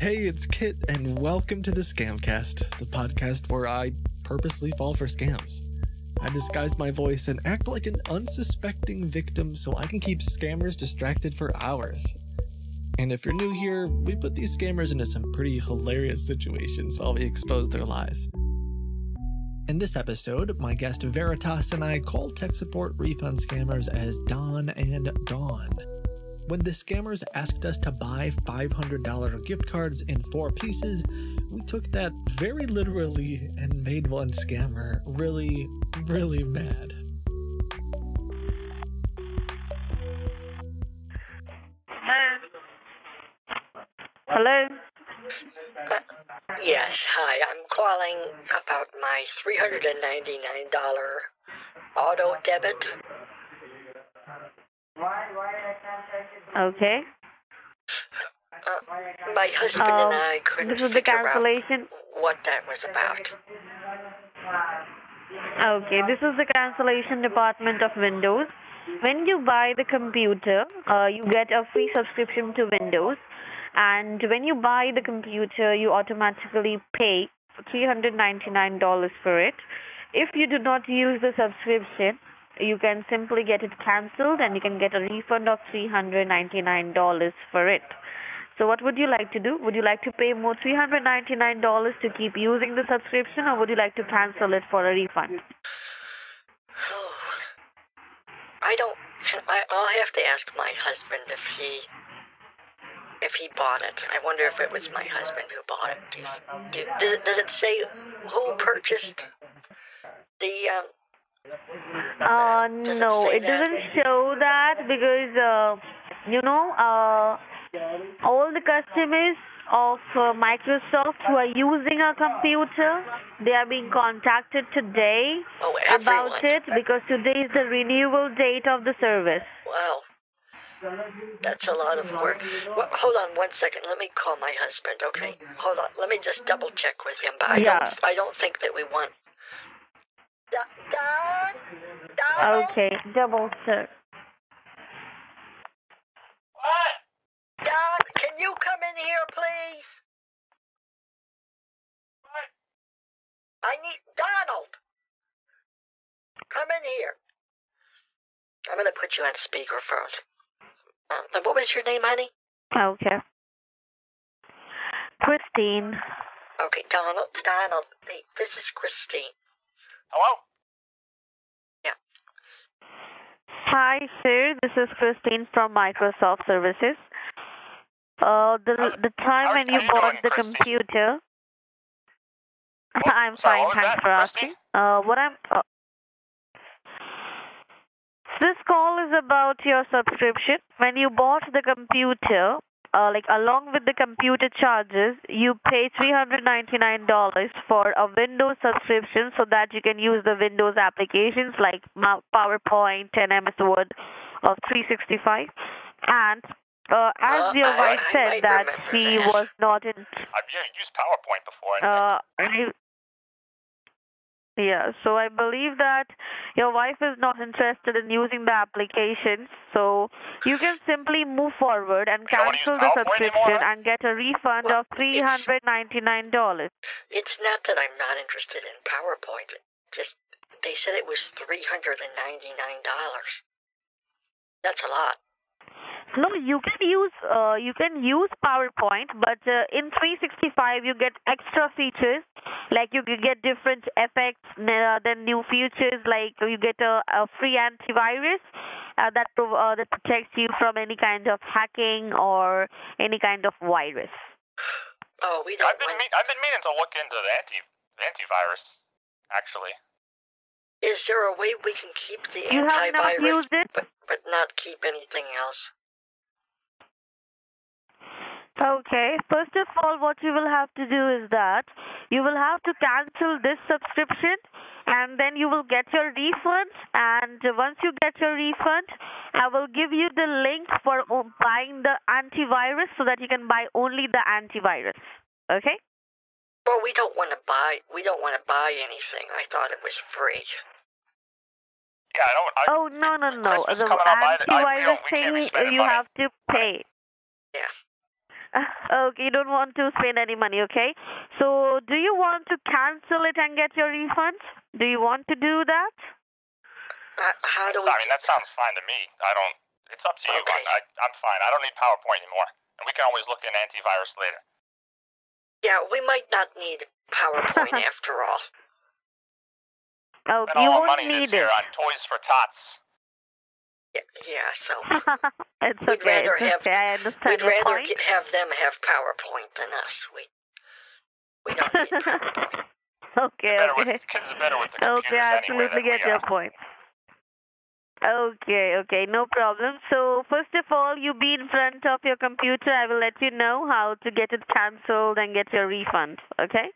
Hey, it's Kit, and welcome to the Scamcast, the podcast where I purposely fall for scams. I disguise my voice and act like an unsuspecting victim so I can keep scammers distracted for hours. And if you're new here, we put these scammers into some pretty hilarious situations while we expose their lies. In this episode, my guest Veritas and I call tech support refund scammers as Don and Dawn. When the scammers asked us to buy $500 gift cards in four pieces, we took that very literally and made one scammer really, really mad. Hello? Yes, hi. I'm calling about my $399 auto debit. Okay. Uh, My husband Um, and I couldn't this is the figure out cancellation. what that was about. Okay, this is the cancellation department of Windows. When you buy the computer, uh, you get a free subscription to Windows. And when you buy the computer, you automatically pay $399 for it. If you do not use the subscription, you can simply get it cancelled and you can get a refund of $399 for it. So what would you like to do? Would you like to pay more $399 to keep using the subscription or would you like to cancel it for a refund? Oh, I don't. I, I'll have to ask my husband if he if he bought it. I wonder if it was my husband who bought it. Do, do, does, it- does it say who purchased the? Um, Uh, Does it no, say it that? doesn't show that because, uh, you know, uh, all the customers of uh, Microsoft who are using our computer, they are being contacted today oh, everyone. about it because today is the renewal date of the service. Wow. That's a lot of work. Well, hold on one second. Let me call my husband, okay? Hold on. Let me just double check with him. But I Yeah. don't I don't think that we want Da- Don? Don? Okay, double check. Don, can you come in here, please? I need Donald. Come in here. I'm gonna put you on speakerphone. Um, and what was your name, honey? Okay. Christine. Okay, Donald, Donald, hey, this is Christine. Hello? Hi, sir. This is Christine from Microsoft Services. Uh, the How's- the time how- when how you you bought doing, the Christine? computer. What? I'm Sorry, fine. what was Thanks that, for asking. Christine? Uh, what I'm. Uh, this call is about your subscription. When you bought the computer, uh, like along with the computer charges, you pay $399 for a Windows subscription so that you can use the Windows applications like Mo- PowerPoint and MS Word of 365. And uh, as Uh, your I- wife I said might that remember she that. was not in. I've u- used PowerPoint before. I Uh, think. I, yeah, so I believe that your wife is not interested in using the application, so you can simply move forward and You don't wanna use cancel the PowerPoint subscription anymore, huh? and get a refund Well, of $399. It's not that I'm not interested in PowerPoint. Just they said it was three hundred and ninety nine dollars. That's a lot. No, you can use uh, you can use PowerPoint, but uh, in 365 you get extra features like you can get different effects, n- uh, then new features like you get a, a free antivirus uh, that pro- uh, that protects you from any kind of hacking or any kind of virus. Oh, we don't I've been want. me- I've been meaning to look into the anti antivirus, actually. Is there a way we can keep the You have not antivirus, used it? but but not keep anything else? Okay. First of all, what you will have to do is that you will have to cancel this subscription and then you will get your refund. And once you get your refund, I will give you the link for o- buying the antivirus so that you can buy only the antivirus. Okay? Well, we don't want to buy. We don't want to buy anything. I thought it was free. Yeah, I don't. I, Oh, no, no, no. Christmas the coming up, I- I- we antivirus don't- we can't be thing, spending you money. have to pay. Yeah. okay, you don't want to spend any money, okay? So, do you want to cancel it and get your refund? Do you want to do that? Uh, how do So, we? I mean, that sounds fine to me. I don't. It's up to you. Okay. I, I, I'm fine. I don't need PowerPoint anymore, and we can always look in antivirus later. yeah, we might not need PowerPoint after all. Oh, Spent you all our won't money need this year it. on toys for tots. Yeah, yeah so it's We'd okay. rather It's have- okay. I understand we'd your rather point. get, have them have PowerPoint than us. We we don't need PowerPoint. okay, Better okay. with kids are better with the computers Okay, I anyway. absolutely than we get your are. point. Okay, okay, no problem. So, first of all, you be in front of your computer. I will let you know how to get it cancelled and get your refund, okay?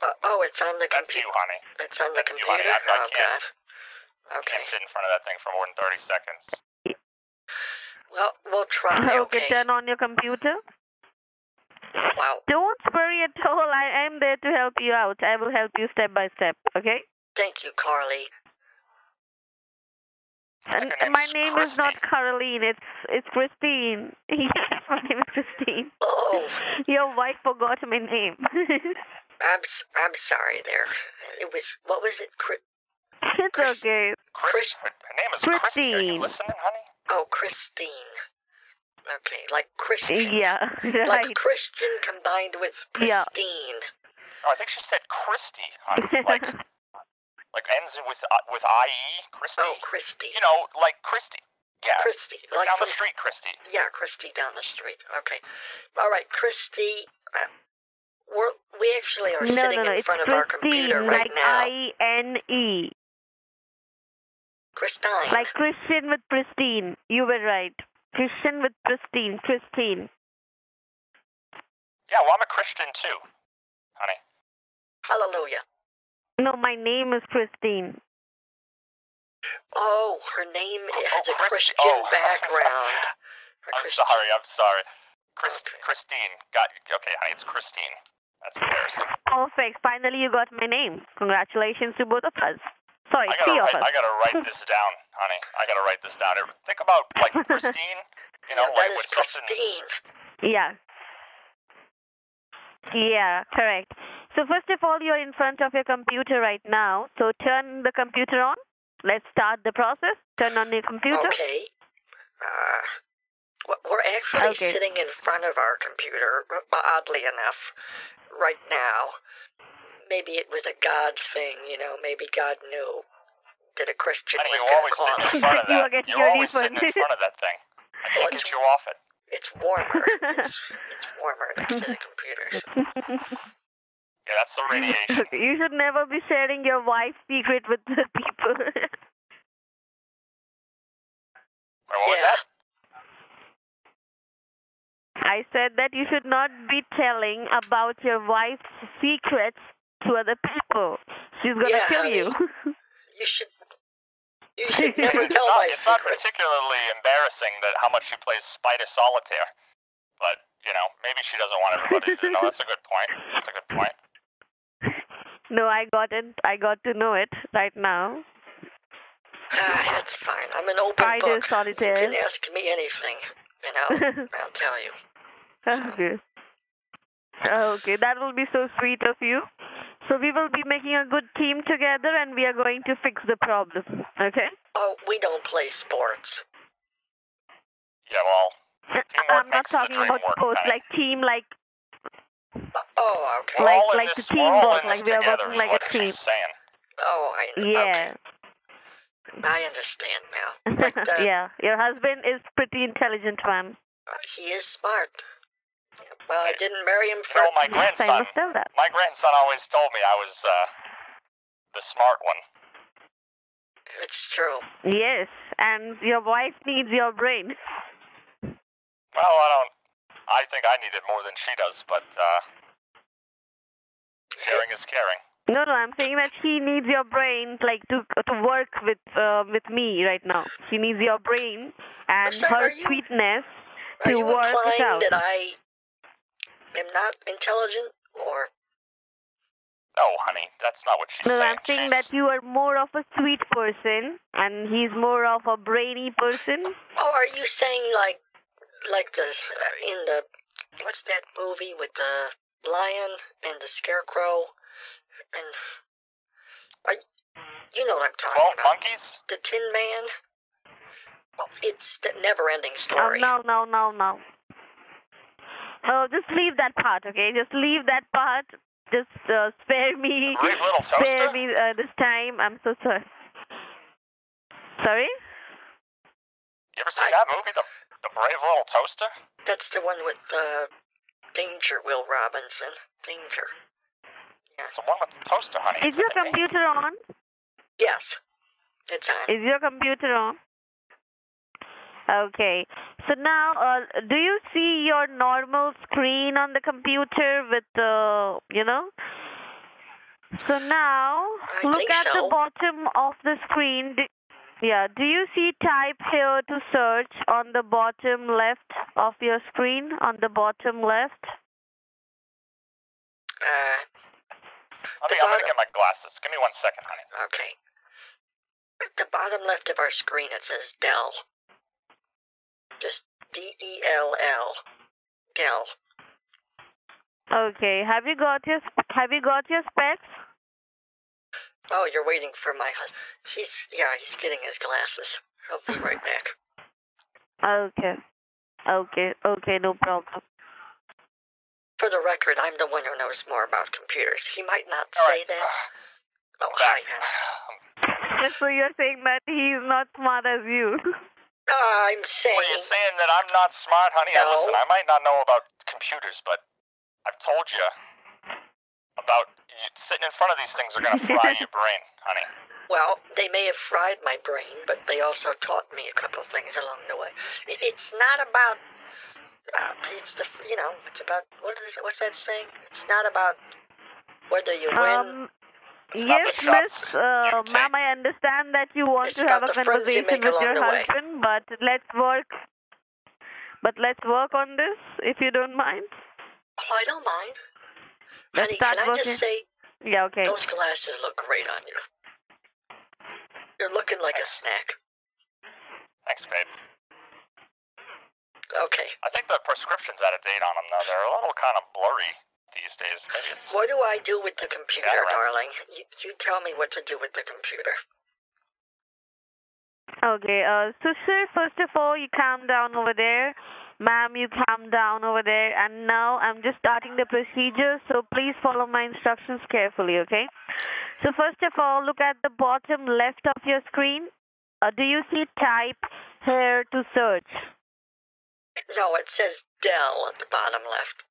Uh, oh, it's on the That's you, computer. honey. It's on the That's you, computer. honey. I'm not Oh kidding. God. Okay. Can't sit in front of that thing for more than 30 seconds. Well, we'll try. Okay. turn on your computer. Wow. Don't worry at all. I am there to help you out. I will help you step by step, okay? Thank you, Carly. I And think her my name's name is not Caroline. It's it's Christine. Yes, my name is Christine. Oh, Your wife forgot my name. I'm s- I'm sorry. There. It was what was it? Chris- it's Chris- okay. Chris, her, her name is Christy. Are you Christine. listening, honey? oh, Christine. Okay, like Christian. Yeah, Like right. Christian combined with Yeah. Christine. Oh, I think she said Christy, honey. Like, like ends with uh, with IE, Christy. Oh, Christy. You know, like Christy. Yeah, Christy. Like down from, the street, Christy. yeah, Christy down the street. Okay. All right, Christy. Uh, we're we actually are no, sitting no, no. in It's front of our Christine, computer right like now. I N E, Christine. like Christian with Christine. You were right. Christian with Christine. Christine. Yeah, well, I'm a Christian too, honey. Hallelujah. No, my name is Christine. Oh, her name Oh, has a Christy- Christian oh, I'm background. Her I'm Christian- sorry. I'm sorry. Christ, Okay. Christine. Got okay, honey. It's Christine. That's embarrassing. Perfect. Finally, you got my name. Congratulations to both of us. Sorry, I three gotta of us. write. I gotta write this down, honey. I gotta write this down. Think about like Christine. You know, Yeah, that like is when something's Christine. Yeah. Yeah, correct. So first of all, you're in front of your computer right now. So turn the computer on. Let's start the process. Turn on your computer. Okay. Uh, w- we're actually Okay. sitting in front of our computer, o- oddly enough, right now. Maybe it was a God thing, you know, maybe God knew that a Christian Honey, was you going always to call sitting in us. front of You that. are getting You're your always sitting in refund. front of that thing. I can't It's- get you off it. It's warmer. It's, it's warmer next to the computer. Yeah, that's the radiation. Okay, you should never be sharing your wife's secret with the people. Wait, what was Yeah. that? I said that you should not be telling about your wife's secrets to other people. She's gonna Yeah, kill honey. you. You should. You should Yeah, Yeah, never it's tell not, my it's not secret. particularly embarrassing that how much she plays Spider Solitaire, but you know maybe she doesn't want everybody to know. That's a good point. That's a good point. no, I got it. I got to know it right now. Ah, that's fine. I'm an open Spider book. You solitaire. can ask me anything, and I'll, Oh. I'll tell you. okay. Okay, that will be so sweet of you. So we will be making a good team together, and we are going to fix the problem. Okay? Oh, we don't play sports. Yeah, well, I- Teamwork I'm not makes the talking dream about work, sports, honey. like team, like Oh, okay. we're Like- all in like this. the We're all teamwork, in this like we are together. working Is like a what team. she's saying. Oh, I yeah, Okay. I understand now. uh, Like the, yeah. Your husband is pretty intelligent, man. He is smart. Well, I didn't marry him You for. know, my Yes, I grandson. must tell that. My grandson always told me I was uh, the smart one. It's true. Yes, and your wife needs your brain. Well, I don't. I think I need it more than she does, but uh, sharing is caring. No, no, I'm saying that she needs your brain, like to to work with uh, with me right now. She needs your brain and sorry, her are you- sweetness Are to you work it implying out. that I am not intelligent, or No, Oh, honey, that's not what she's No, saying. I'm saying she's, that you are more of a sweet person, and he's more of a brainy person. oh, are you saying like, like the in the what's that movie with the lion and the scarecrow and are you, you know what I'm talking Twelve about? Monkeys? The Tin Man. Well, it's the never-ending Oh, story. no, no, no, no. Oh, just leave that part, okay? Just leave that part. Just uh, spare me. Great Little Spare Toaster? me uh, this time. I'm so sorry. Sorry? You ever seen that movie, The, the Brave Little Toaster? That's the one with uh, Danger Will Robinson. Danger. It's the one with the toaster, honey. Is It's your in the name. computer on? Yes, it's on. Is your computer on? Okay. So now, uh, do you see your normal screen on the computer with the, you know? So now, I look think at the so. bottom of the screen. Do, yeah, do you see type here to search on the bottom left of your screen? On the bottom left? Uh, I mean, I'm gonna get my glasses. Give me one second, honey. okay. At the bottom left of our screen, it says Dell. Just D E L L. Dell. Okay. Have you got your Have you got your specs? Oh, you're waiting for my husband. He's yeah, he's getting his glasses. I'll be right back. Okay. Okay. Okay. No problem. For the record, I'm the one who knows more about computers. He might not All say right. that. Oh, hi, Back. man. So you're saying that he's not smart as you. Uh, I'm Well, you're saying saying that I'm not smart, honey? Now, No. listen, I might not know about computers, but I've told you about you, sitting in front of these things are gonna fry your brain, honey. Well, they may have fried my brain, but they also taught me a couple of things along the way. It, it's not about. Uh, it's the you know it's about what is what's that saying? It's not about whether you win. Um, It's not yes, the Miss shots uh, you take. ma'am, I understand that you want It's to have a about the friends conversation you make with along your the way. husband, but let's work. But let's work on this, if you don't mind. oh, I don't mind. Let's Honey, start can I working. just say Yeah. Okay. those glasses look great on you? You're looking like a snack. Thanks, babe. Okay. I think the prescription's out of date on them, though. They're a little kind of blurry these days. Maybe it's. What do I do with the computer, Cataracts. darling? You, you tell me what to do with the computer. Okay. Uh, so sir, first of all, you calm down over there. Ma'am, you calm down over there. And now I'm just starting the procedure, so please follow my instructions carefully, okay? So first of all, look at the bottom left of your screen. Uh, do you see type here to search? No, it says Dell at the bottom left.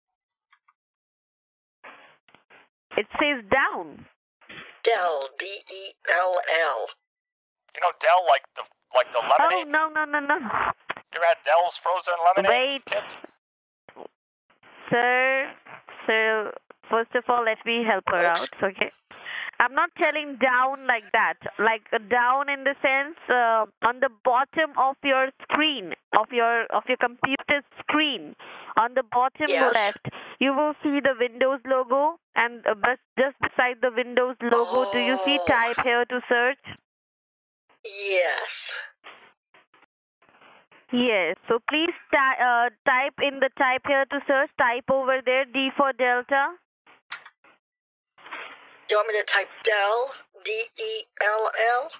It says down. Dell, D E L L. You know, Dell like the like the Oh lemonade. no no no no! You ever had Dell's frozen lemonade? Oh. Wait, sir, sir. First of all, let me help her Oops. out, okay? I'm not telling down like that. Like uh, down in the sense uh, on the bottom of your screen, of your of your computer screen, on the bottom Yes. left, you will see the Windows logo, and uh, bes- just beside the Windows logo, do you see Oh. type here to search? Yes. Yes. So please ty- uh, type in the type here to search. Type over there D for Delta. Do you want me to type Dell? D E L L?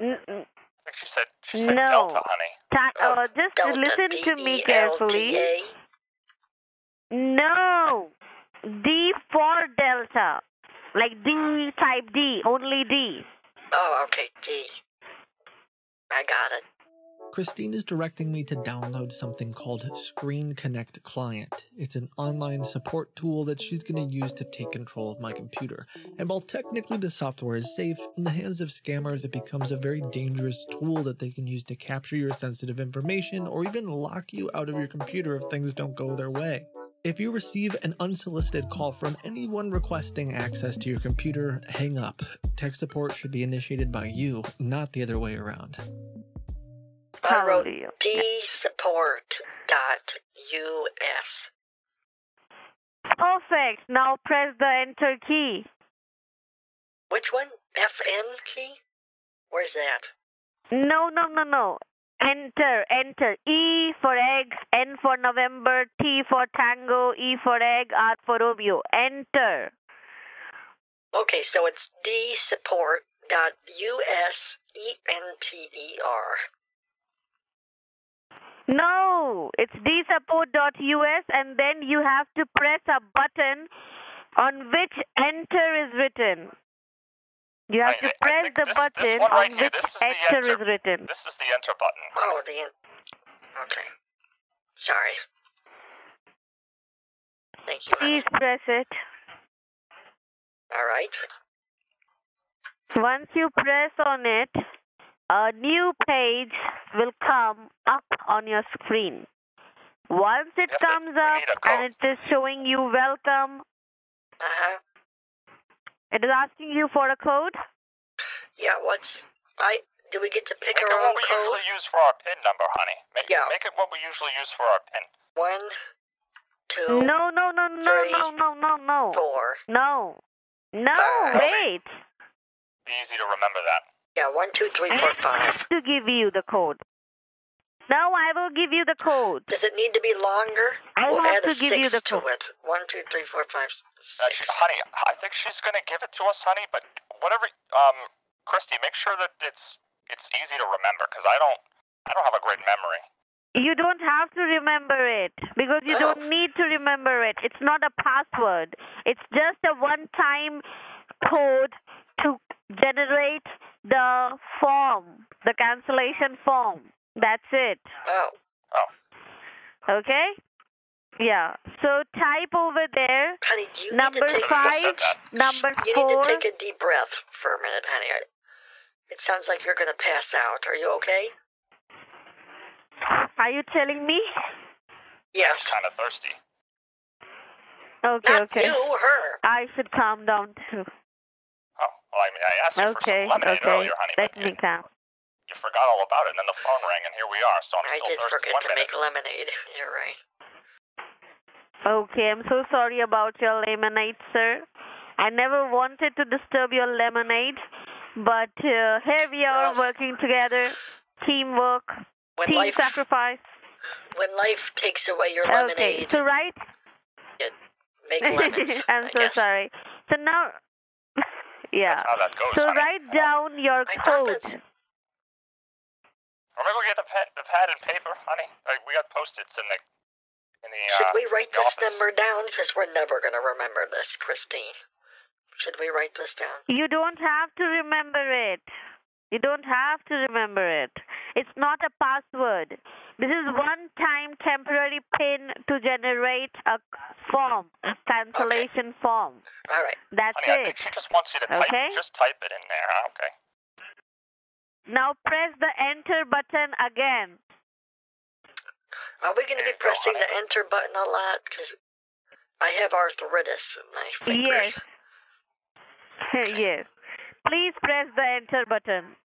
N- n- I think she said she said No. Delta, honey. ty- Oh, uh, just Delta, listen to me D E L T carefully. A? No. D for Delta. Like D, type D, only D. Oh, okay, D. I got it. Christine is directing me to download something called Screen Connect Client. It's an online support tool that she's going to use to take control of my computer. And while technically the software is safe, in the hands of scammers, it becomes a very dangerous tool that they can use to capture your sensitive information or even lock you out of your computer if things don't go their way. If you receive an unsolicited call from anyone requesting access to your computer, hang up. Tech support should be initiated by you, not the other way around. I wrote Hallelujah. D support dot U S. Perfect. Now press the enter key. Which one? F N key? Where's that? No, no, no, no. Enter, enter. E for egg, N for November, T for tango, E for egg, R for Romeo. Enter. Okay, so it's D support dot U S E N T E R. No, it's dsupport.us, and then you have to press a button on which enter is written. You have I- to I press think the this- this button one right on here, which this is the enter enter. is written. This is the enter button. Oh, the. Okay. Sorry. Thank you. honey. Please press it. All right. Once you press on it, a new page will come up on your screen. Once it Yep, comes we up need a and it is showing you welcome, Uh huh. it is asking you for a code. Yeah, what's. I. Do we get to pick Make it our what own we code? usually use for our pin number, honey. Make, Yeah. make it what we usually use for our pin. One, two, No, no, no, no, Three, no, no, no, no. four. No. No, Five. wait. Be easy to remember that. Yeah, one, two, three, I four, five. have to give you the code. Now I will give you the code. Does it need to be longer? I we'll have add to a give you six the to code. it. One, two, three, four, five, six. Uh, she, honey, I think she's gonna give it to us, honey. But whatever, um, Christy, make sure that it's it's easy to remember because I don't I don't have a great memory. You don't have to remember it because you Oh. don't need to remember it. It's not a password. It's just a one-time code to generate the form, the cancellation form. That's it. Oh, Okay? Yeah. So type over there honey, do you number need to take I five, said that. number you four. need to take a deep breath for a minute, honey. I- It sounds like you're gonna pass out. Are you okay? Are you telling me? I'm Yes. kind of thirsty. Okay, Not okay. you, her. I should calm down too. Oh, well, I mean, I asked you Okay, for some lemonade okay. earlier, honey, Let but you, me calm. you forgot all about it, and then the phone rang, and here we are. So I'm I still did thirsty. forget One to minute. make lemonade. You're right. Okay, I'm so sorry about your lemonade, sir. I never wanted to disturb your lemonade, but uh, here we are Well- working together, teamwork, When team life sacrifice. when life takes away your Okay, lemonade, so right? make lemons. I'm I so guess. sorry. So now, yeah. That's how that goes. So honey. write down your I thought code. that's- Or maybe we'll get the pad, the pad and paper, honey. Like, we got post-its in the in the. Should Uh, we write the this office. number down? Because we're never going to remember this, Christine. Should we write this down? You don't have to remember it. You don't have to remember it. It's not a password. This is one time temporary pin to generate a form, a cancellation form. All right. That's honey, I it. think she just wants you to type. Okay. Just type it in there. huh? Okay. Now press the enter button again. Are we going to be There you go, pressing the honey. enter button a lot? Because I have arthritis in my fingers. Yes. yes. Please press the enter button.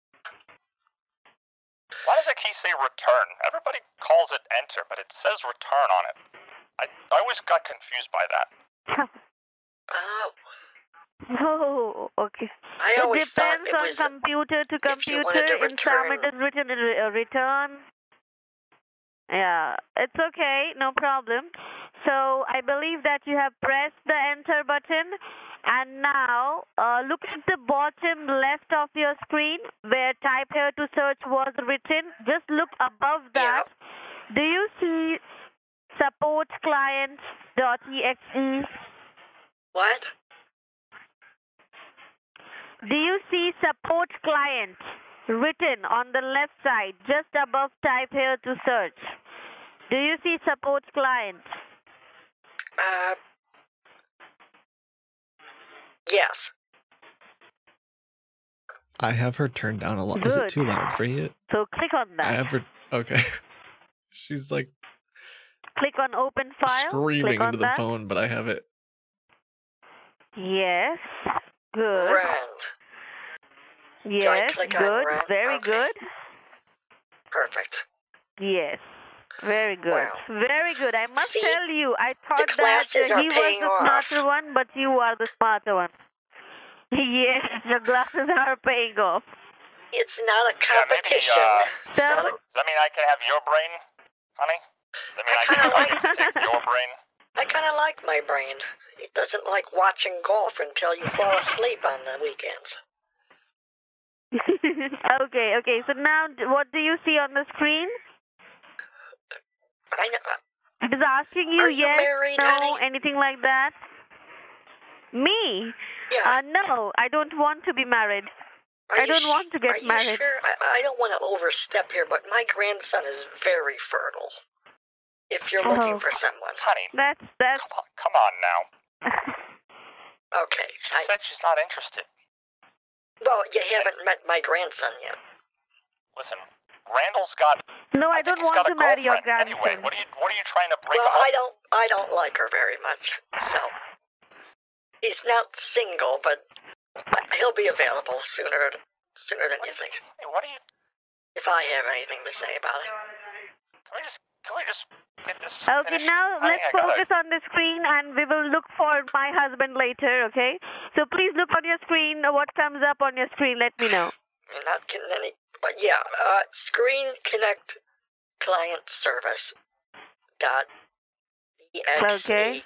Why does that key say return? Everybody calls it enter, but it says return on it. I, I always got confused by that. Oh, oh, okay. I always It thought depends it on was. computer to if you computer. wanted to In some it is written return- re- uh, return. Yeah, it's okay, no problem. So I believe that you have pressed the enter button, and now uh, look at the bottom left of your screen where type here to search was written. Just look above that. Do you see E supportclient.exe? What? Do you see support client written on the left side just above type here to search? Do you see support client? Uh, yes. I have her turned down a lot. Is it Good. too loud for you? So click on I that. have her. Okay. She's like Click on open file. screaming click on into the that. phone, but I have it. Yes. Good. Run. Yes. I click on good. run? Very Okay. good. Perfect. Yes. Very good. Wow. Very good. I must See, tell you, I thought that classes uh, are he was paying the off. smarter one, but you are the smarter one. Yes, the glasses are paying off. It's not a Yeah, maybe, competition. uh, It's not a- Does that mean I can have your brain, honey? Does that mean I can, I get to take your brain? I kind of like my brain. It doesn't like watching golf until you fall asleep on the weekends. okay, okay. So now, d- what do you see on the screen? I know, uh, It is asking you Are you yes, married, no, honey? anything like that. Me? Uh, yeah. no, I don't want to be married. Are I you don't sh- want to get are you married. Sure? I, I don't want to overstep here, but my grandson is very fertile. If you're looking Oh. for someone, Honey, That's that's. come on, come on now. okay. She I, said she's not interested. well, you haven't met my grandson yet. Listen, Randall's got. No, Oh, I, think don't he's want got to a marry your girlfriend. grandson. Anyway, what are you what are you trying to break well, up? I don't. I don't like her very much. So he's not single, but I- he'll be available sooner sooner than you think. Hey, what are you? If I have anything to say about it. Can we just can we just get this? Okay, finished? now Honey, let's I gotta- focus on the screen and we will look for my husband later, okay? So please look on your screen. What comes up on your screen, let me know. You're not getting any. But yeah, uh, Screen Connect Client Service dot exe. Okay.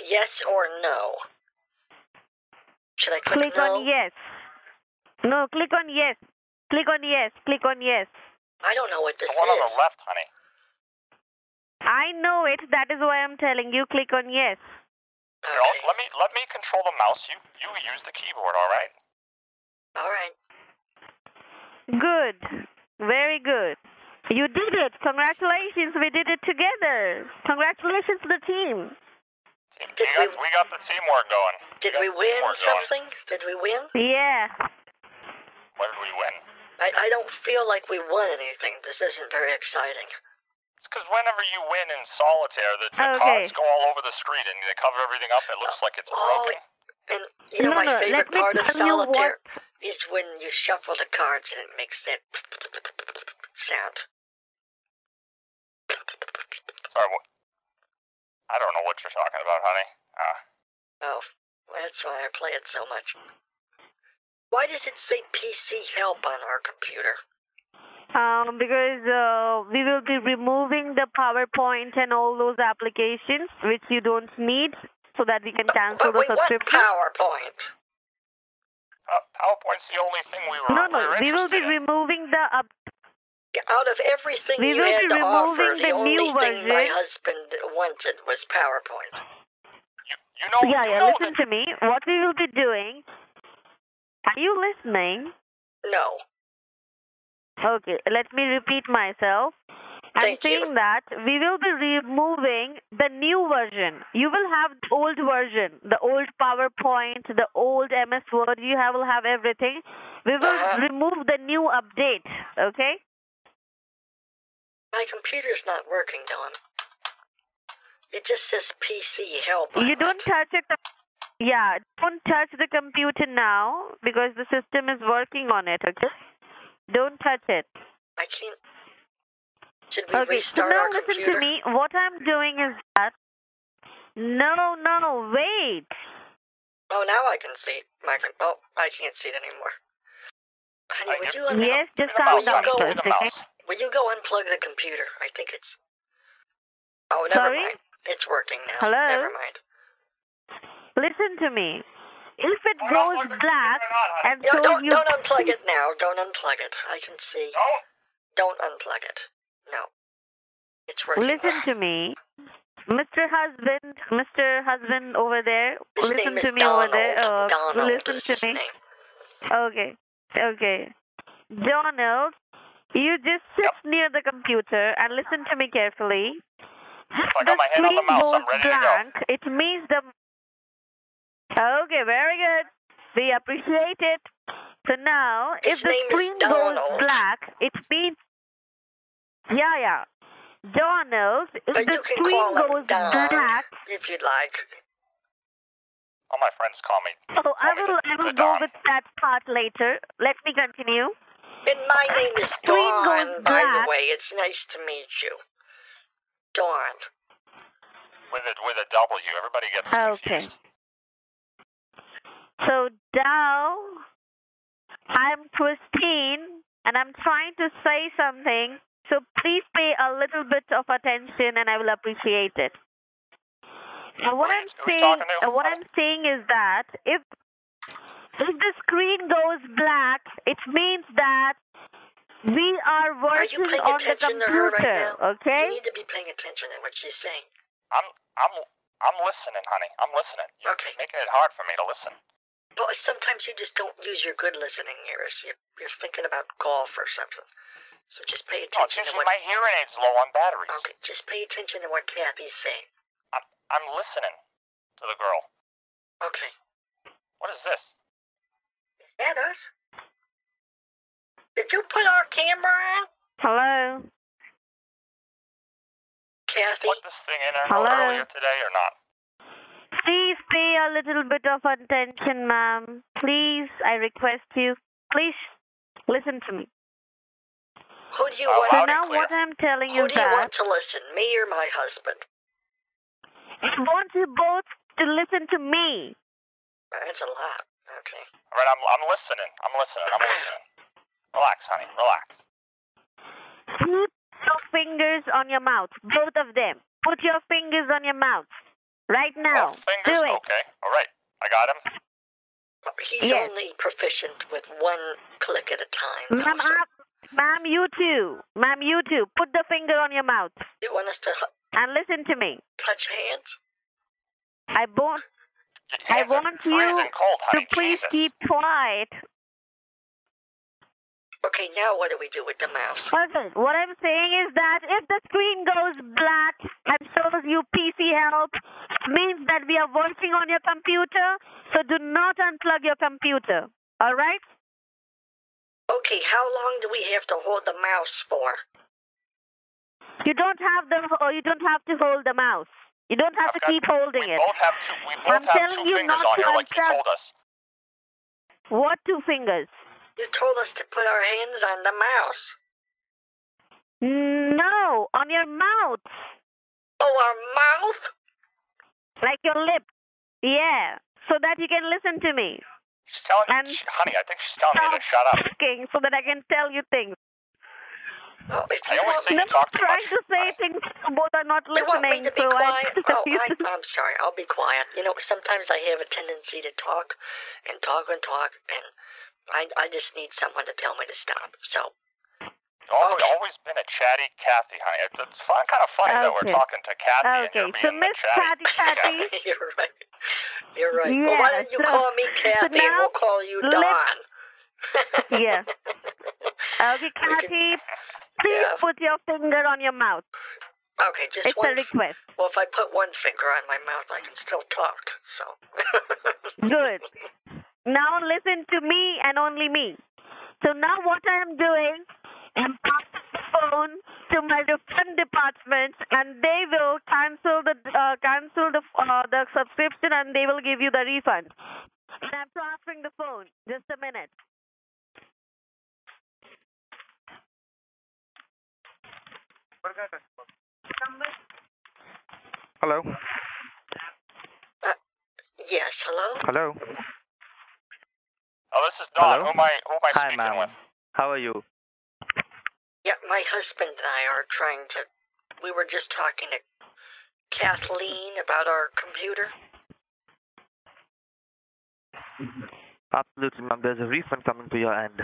Yes or no? Should I click, Click on no? yes. No, click on yes. Click on yes. Click on yes. I don't know what It's this the one is. on the left, honey. I know it. That is why I'm telling you. Click on yes. Here, I'll- let me let me control the mouse. You you use the keyboard, all right? All right. Good. Very good. You did it. Congratulations. We did it together. Congratulations to the team. Team- Did we, got, we- we got the teamwork going. Did got we the win teamwork going. something? Did we win? Yeah. What did we win? I, I don't feel like we won anything. This isn't very exciting. It's because whenever you win in solitaire, the, the Okay. cards go all over the screen and they cover everything up. It looks like it's Oh, broken. And you know No, my no, favorite let me part of tell you what- solitaire is when you shuffle the cards and it makes that sound. Sorry, what? I don't know what you're talking about, honey. Uh, Oh, that's why I play it so much. Why does it say PC help on our computer? Um, because uh, we will be removing the PowerPoint and all those applications which you don't need so that we can cancel But the we want subscription. PowerPoint. uh, PowerPoint's the only thing we were. No, we no, were we will be interested in. removing the up. Out of everything We you will had be to offer, removing the, the only new thing my version. husband wanted was PowerPoint. You, you know, yeah, you yeah, know listen that to me. What we will be doing. Are you listening? No. Okay, let me repeat myself. I'm Thank you. saying that we will be removing the new version. You will have the old version, the old PowerPoint, the old MS Word. You have, will have everything. We will Uh-huh. remove the new update. Okay. My computer's not working, Don. It just says PC help. on You it. don't touch it. Yeah, don't touch the computer now because the system is working on it. Okay. Don't touch it. I can't. Should we Okay, so restart now our listen computer? to me. What I'm doing is that. No, no, wait. Oh, now I can see my. com- Oh, I can't see it anymore. Honey, I would get- you let me? Yes, Give just me the calm mouse, down honey. Give me first, the okay? mouse. Will you go unplug the computer? I think it's. Oh, never Sorry? mind. It's working now. Hello? Never mind. Listen to me. If it Don't unplug goes the black computer or not, honey. and No, shows don't you don't unplug it now. Don't unplug it. I can see. Don't. Don't unplug it. No. It's working. listen to me. Mr. Husband, Mr. Husband over there, His listen name is to me Donald. over there. Uh, Donald is listen his to me. name. Okay. Okay. Donald, you just sit near the computer and listen to me carefully. I got my hand on the screen mouse. I'm goes ready to go. blank, It means the. Okay, very good. We appreciate it. So now, His if the name is screen goes Donald. black, it means. Yeah, yeah. Donald, if But the you can screen call him goes Don black, if you'd like. All my friends call me. oh, I me will, the- I the will go Don. with that part later. Let me continue. And my name is Ah, Green Dawn, goes by black. the way. It's nice to meet you. Dawn. with a with a W. Everybody gets Oh, Okay. confused. So Dow I'm Christine, and I'm trying to say something. So please pay a little bit of attention, and I will appreciate it. Uh, what Who- I'm saying, who's talking to? uh, what I'm saying is that if if the screen goes black, it means that we are you working paying on the attention to her right computer. now? okay? You need to be paying attention to what she's saying. I'm I'm I'm listening, honey. I'm listening. You're Okay. making it hard for me to listen. But sometimes you just don't use your good listening ears. You're, you're thinking about golf or something. So just pay No, it's attention to usually what. Oh, my hearing aids low on batteries. Okay, just pay attention to what Kathy's saying. I'm I'm listening to the girl. Okay. What is this? Is that us? Did you put our camera on? Hello. Kathy? Put this thing in her Hello? earlier today or not? Please pay a little bit of attention, ma'am. Please, I request you. Please listen to me. Who do you Uh, So want? Loud and now clear. what I'm telling Who you is do you that want to listen? Me or my husband? I want you both to listen to me. That's a lot. Okay. All right, I'm I'm listening. I'm listening. I'm listening. Relax, honey. Relax. Keep your fingers on your mouth, both of them. Put your fingers on your mouth right now. Oh, fingers. Do it. Okay. All right. I got him. He's Yes. only proficient with one click at a time. Ma'am, So, up- ma'am, you too. Ma'am, you too. Put the finger on your mouth you want us to h- and listen to me. touch hands? I want Your I hands are want you freezing cold, to honey. please Jesus. keep quiet Okay, now what do we do with the mouse? Okay, what I'm saying is that if the screen goes black and shows you PC help, it means that we are working on your computer, so do not unplug your computer. Alright? Okay, how long do we have to hold the mouse for? You don't have the or you don't have to hold the mouse. You don't have I've to got- keep holding we it. both have two. We both I'm have telling two you fingers not on to here, like you unplug. told us. What two fingers? You told us to put our hands on the mouse. No, on your mouth. Oh, our mouth? Like your lip. Yeah. So that you can listen to me. She's telling, And- she- honey. I think she's telling me to shut up. Speaking so that I can tell you things. Oh, if I you always want, say No, you talk I'm too trying much. to say things you both are not you want me listening. to be so I- quiet? Oh, I, I'm sorry. I'll be quiet. You know, sometimes I have a tendency to talk and talk and talk, and I, I just need someone to tell me to stop. So, Okay. Always, Oh, always been a chatty Kathy, honey. It- It's fun, kind of funny that we're Okay. talking to Kathy and okay, you're being so the Miss chatty. Patty Patty, you're right. You're right. well, why Yeah, don't you so- call me so Kathy and now we'll call you let- Don? yeah. Okay, Kathy, please Yeah. put your finger on your mouth. Okay, just It's a one. f- request. Well, if I put one finger on my mouth, I can still talk. So, Good. Now listen to me and only me. So now what I am doing, I'm passing the phone to my different departments, and they will cancel the uh, cancel the uh, the subscription, and they will give you the refund. And I'm transferring the phone. Just a minute. Hello. yes, hello? Hello. Oh, this is Don. Hello? Who am I? Who am I Hi, speaking ma'am. with? How are you? Yeah, my husband and I are trying to. We were just talking to Kathleen about our computer. Absolutely, ma'am. There's a refund coming to your end.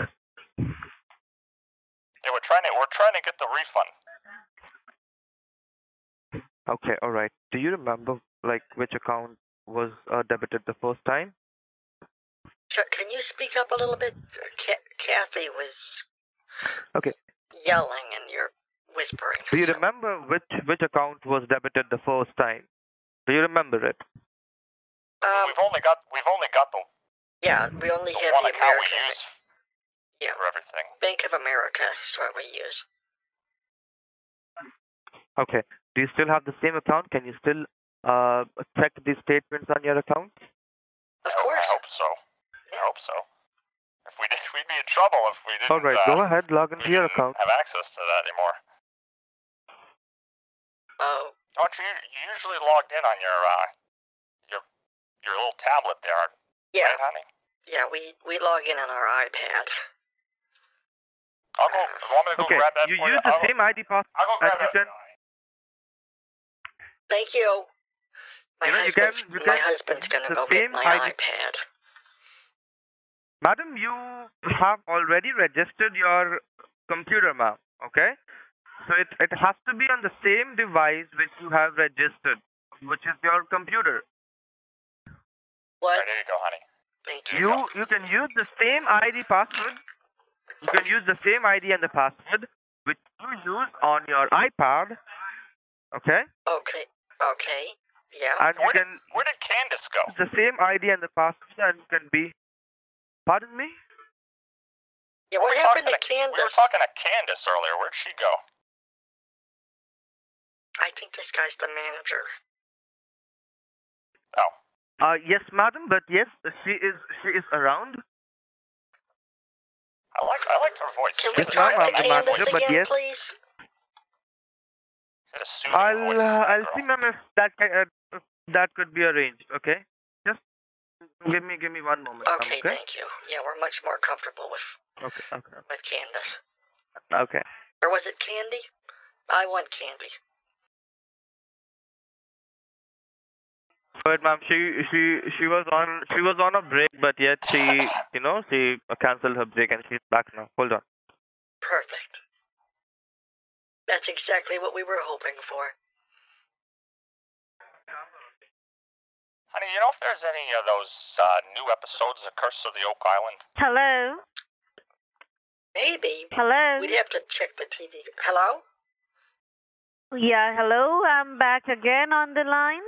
They were trying to. We're trying to get the refund. Okay, all right. Do you remember like which account was uh, debited the first time? So, can you speak up a little bit? Ca- Kathy was Okay. yelling and you're whispering. Do you so- remember which which account was debited the first time? Do you remember it? Um, we've only got. We've only got the, yeah, we only the have one the account we American use Yeah. for everything. Bank of America is what we use. Okay. Do you still have the same account? Can you still uh, check the statements on your account? Of I, course. I hope so. I hope so. If we did, we'd be in trouble if we didn't. All right. uh, Go ahead. Log we into your didn't account. Have access to that anymore? Oh, Aren't you, you usually logged in on your uh, your your little tablet there? yeah. Right, honey. Yeah, we we log in on our iPad. I'll go. You want me to go Okay, grab that you for use you? the I'll, same ID pass. I'll go as grab you that. can. Thank you. My You know, you can- husband's you my can- husband's gonna the go get same my ID iPad. Madam, you have already registered your computer, ma'am. Okay, so it it has to be on the same device which you have registered, which is your computer. All What? right, there you go, honey. Thank you. You you can use the same ID password. You can use the same ID and the password which you use on your iPad. Okay, Okay. Okay. Yeah. and you Where did, can where did Candace go? use the same ID and the password and you can be. Pardon me. Yeah. Were What we happened to talking Candace? We were talking to Candace earlier. Where'd she go? I think this guy's the manager. Uh, yes, madam, but yes, she is she is around. I like I liked her voice. Can She we Yes, has a- talk ma'am, to I'm the she has a manager, Candace but again, yes. please? She has a soothing I'll voice, uh, that I'll girl. see, ma'am, if that can, uh, that could be arranged. Okay, just give me give me one moment. ma'am, Okay, okay. thank you. Yeah, we're much more comfortable with Okay. Okay. with Candace. Okay. Or was it Candy? I want Candy. But ma'am, she she she was on she was on a break, but yet she you know she cancelled her break and she's back now. Hold on. Perfect. That's exactly what we were hoping for. Honey, you know if there's any of those uh, new episodes of Curse of the Oak Island? Hello? Maybe Hello? we'd have to check the TV. Hello? Yeah, hello. I'm back again on the line.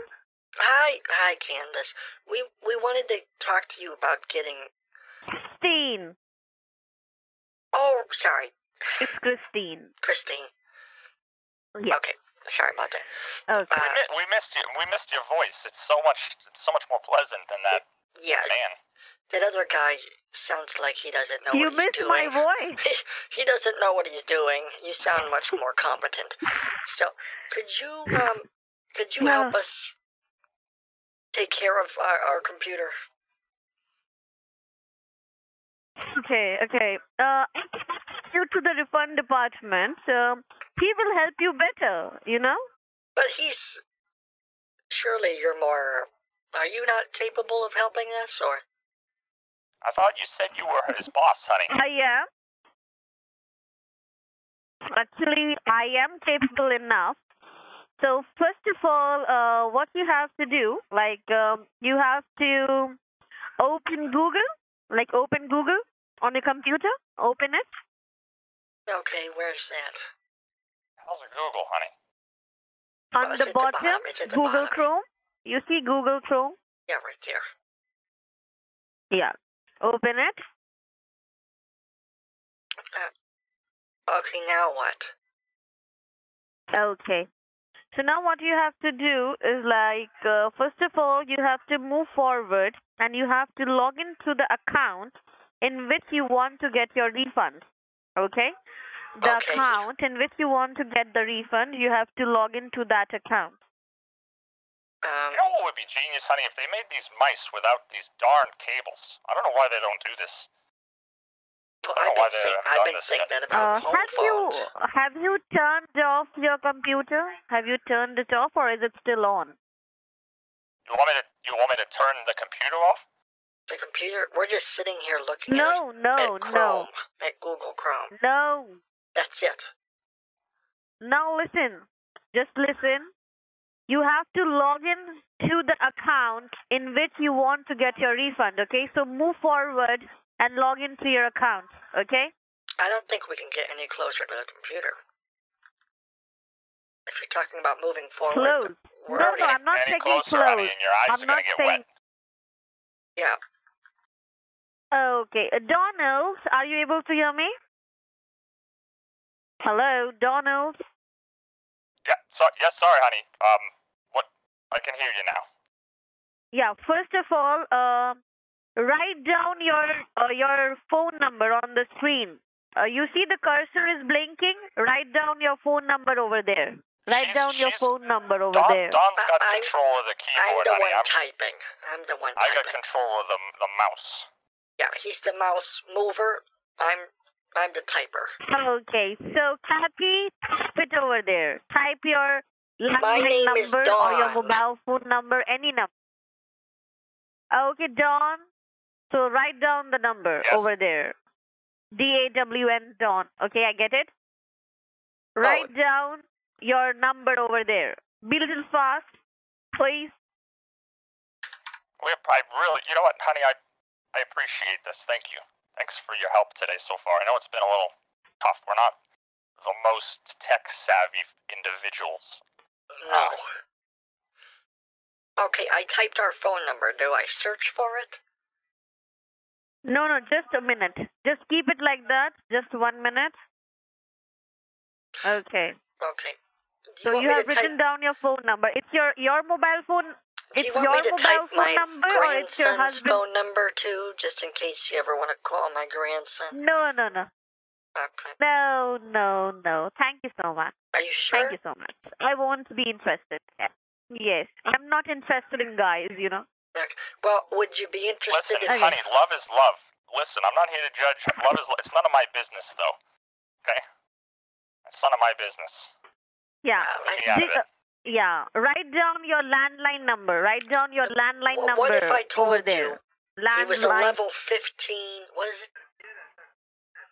Hi, hi, Candace. We we wanted to talk to you about getting. Christine. Oh, sorry, It's Christine. Christine. Yeah. Okay, sorry about that. Okay. We, Uh, mi- we missed you. We missed your voice. It's so much. It's so much more pleasant than that yeah, man. that other guy sounds like he doesn't know You what he's missed my doing. voice. He, he doesn't know what he's doing. You sound much more competent. So, could you um, could you help Yeah. us take care of our, our computer? Okay, okay. Uh, I can send you to the refund department. Um, he will help you better, you know? But he's surely you're more. Are you not capable of helping us, or I thought you said you were his boss, honey. I am. Actually, I am capable enough. So, first of all, uh, what you have to do, like, um, you have to open Google, like, open Google on your computer, open it. okay? Where's that? How's it Google, honey? Oh, on it's the at the bottom, bottom, it's at the Google bottom. Chrome. You see Google Chrome? Yeah, right there. Yeah. Open it. Uh, Okay, now what? Okay. So now what you have to do is like, uh, first of all, you have to move forward and you have to log into the account in which you want to get your refund. Okay? The Okay. account in which you want to get the refund, you have to log into that account. Um, You know what would be genius, honey, if they made these mice without these darn cables. I don't know why they don't do this. well, I I've don't know why been, they think, haven't I've done been this thinking yet. that Uh, about home have you phones. have you turned off your computer? Have you turned it off or is it still on? You want me to? You want me to turn the computer off? The computer. We're just sitting here looking No, at, no, at no, Chrome, at Google Chrome. no. That's it. Now listen, just listen. You have to log in to the account in which you want to get your refund. Okay, so move forward and log into your account. Okay. I don't think we can get any closer to the computer. If you're talking about moving forward, Close. we're No, already, no, I'm not Any taking closer, honey, close. and your eyes I'm are gonna not get saying. wet. yeah. Okay, Uh, Donald, are you able to hear me? Hello, Donald. Yeah. So, yes, sorry, honey. Um, what? I can hear you now. Yeah, first of all, uh, write down your uh, your phone number on the screen. Uh, you see the cursor is blinking. Write down your phone number over there. Write She's- down your she's- phone number over Don, there. Don's got I- I'm- control of the I'm keyboard, the honey. one I'm, typing. I'm the one I got typing. control of the the mouse. Yeah, he's the mouse mover. I'm I'm the typer. Ah. Okay, so Kathy, type it over there. Type your last My name name is number or your Dawn. mobile phone number, any number. Okay, Dawn. So write down the number Yes. over there. D A W N Dawn. Okay, I get it. Write down your number over there. Be little fast, please. We, I really, you know what, honey, I, I appreciate this. Thank you. Thanks for your help today so far. I know it's been a little tough. We're not the most tech savvy individuals. No. Okay, I typed our phone number. Do I search for it? No, no, just a minute. Just keep it like that. Just one minute. Okay. Okay. Do So want you me have to type- written down your phone number. It's your your mobile phone. Do It's you your want me to mobile type phone my number or it's your grandson's husband? phone number too, just in case you ever want to call my grandson? No, no, no, Okay. no, no, no. Thank you so much. Are you sure? Thank you so much. I won't be interested. Yes, I'm not interested in guys. You know. Okay. Well, would you be interested Listen, in Okay. honey, love is love. Listen, I'm not here to judge. Love is. lo- It's none of my business, though. Okay. It's none of my business. Yeah. Oh, I- Yeah. Did- uh, yeah. Write down your landline number. Write down your landline Well, number what if I over told there. you Landline. he was a level 15? What is it?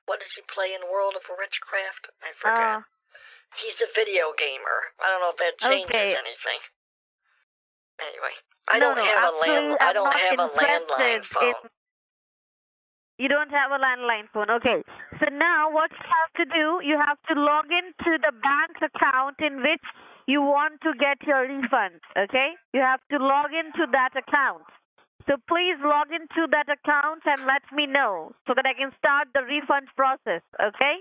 What does he play in World of Witchcraft? I forgot. uh, He's a video gamer. I don't know if that changes Okay. anything. Anyway, I no, no, don't have a land. actually, I I'm don't not have a landline interested in- phone. You don't have a landline phone. Okay. So now what you have to do, you have to log into the bank account in which you want to get your refund. Okay? You have to log into that account. So please log into that account and let me know so that I can start the refund process. Okay?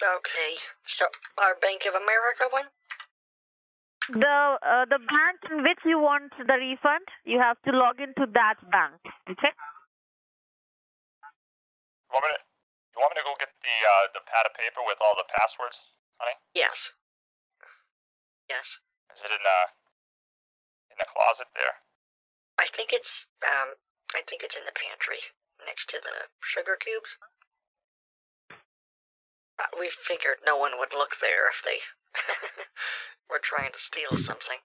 Okay, so our Bank of America one. The uh, the bank in which you want the refund, you have to log into that bank. Okay? You want me to? You want me to go get the uh, the pad of paper with all the passwords, honey? Yes. Yes. Is it in the in the closet there? I think it's um I think it's in the pantry next to the sugar cubes. Uh, we figured no one would look there if they were trying to steal something.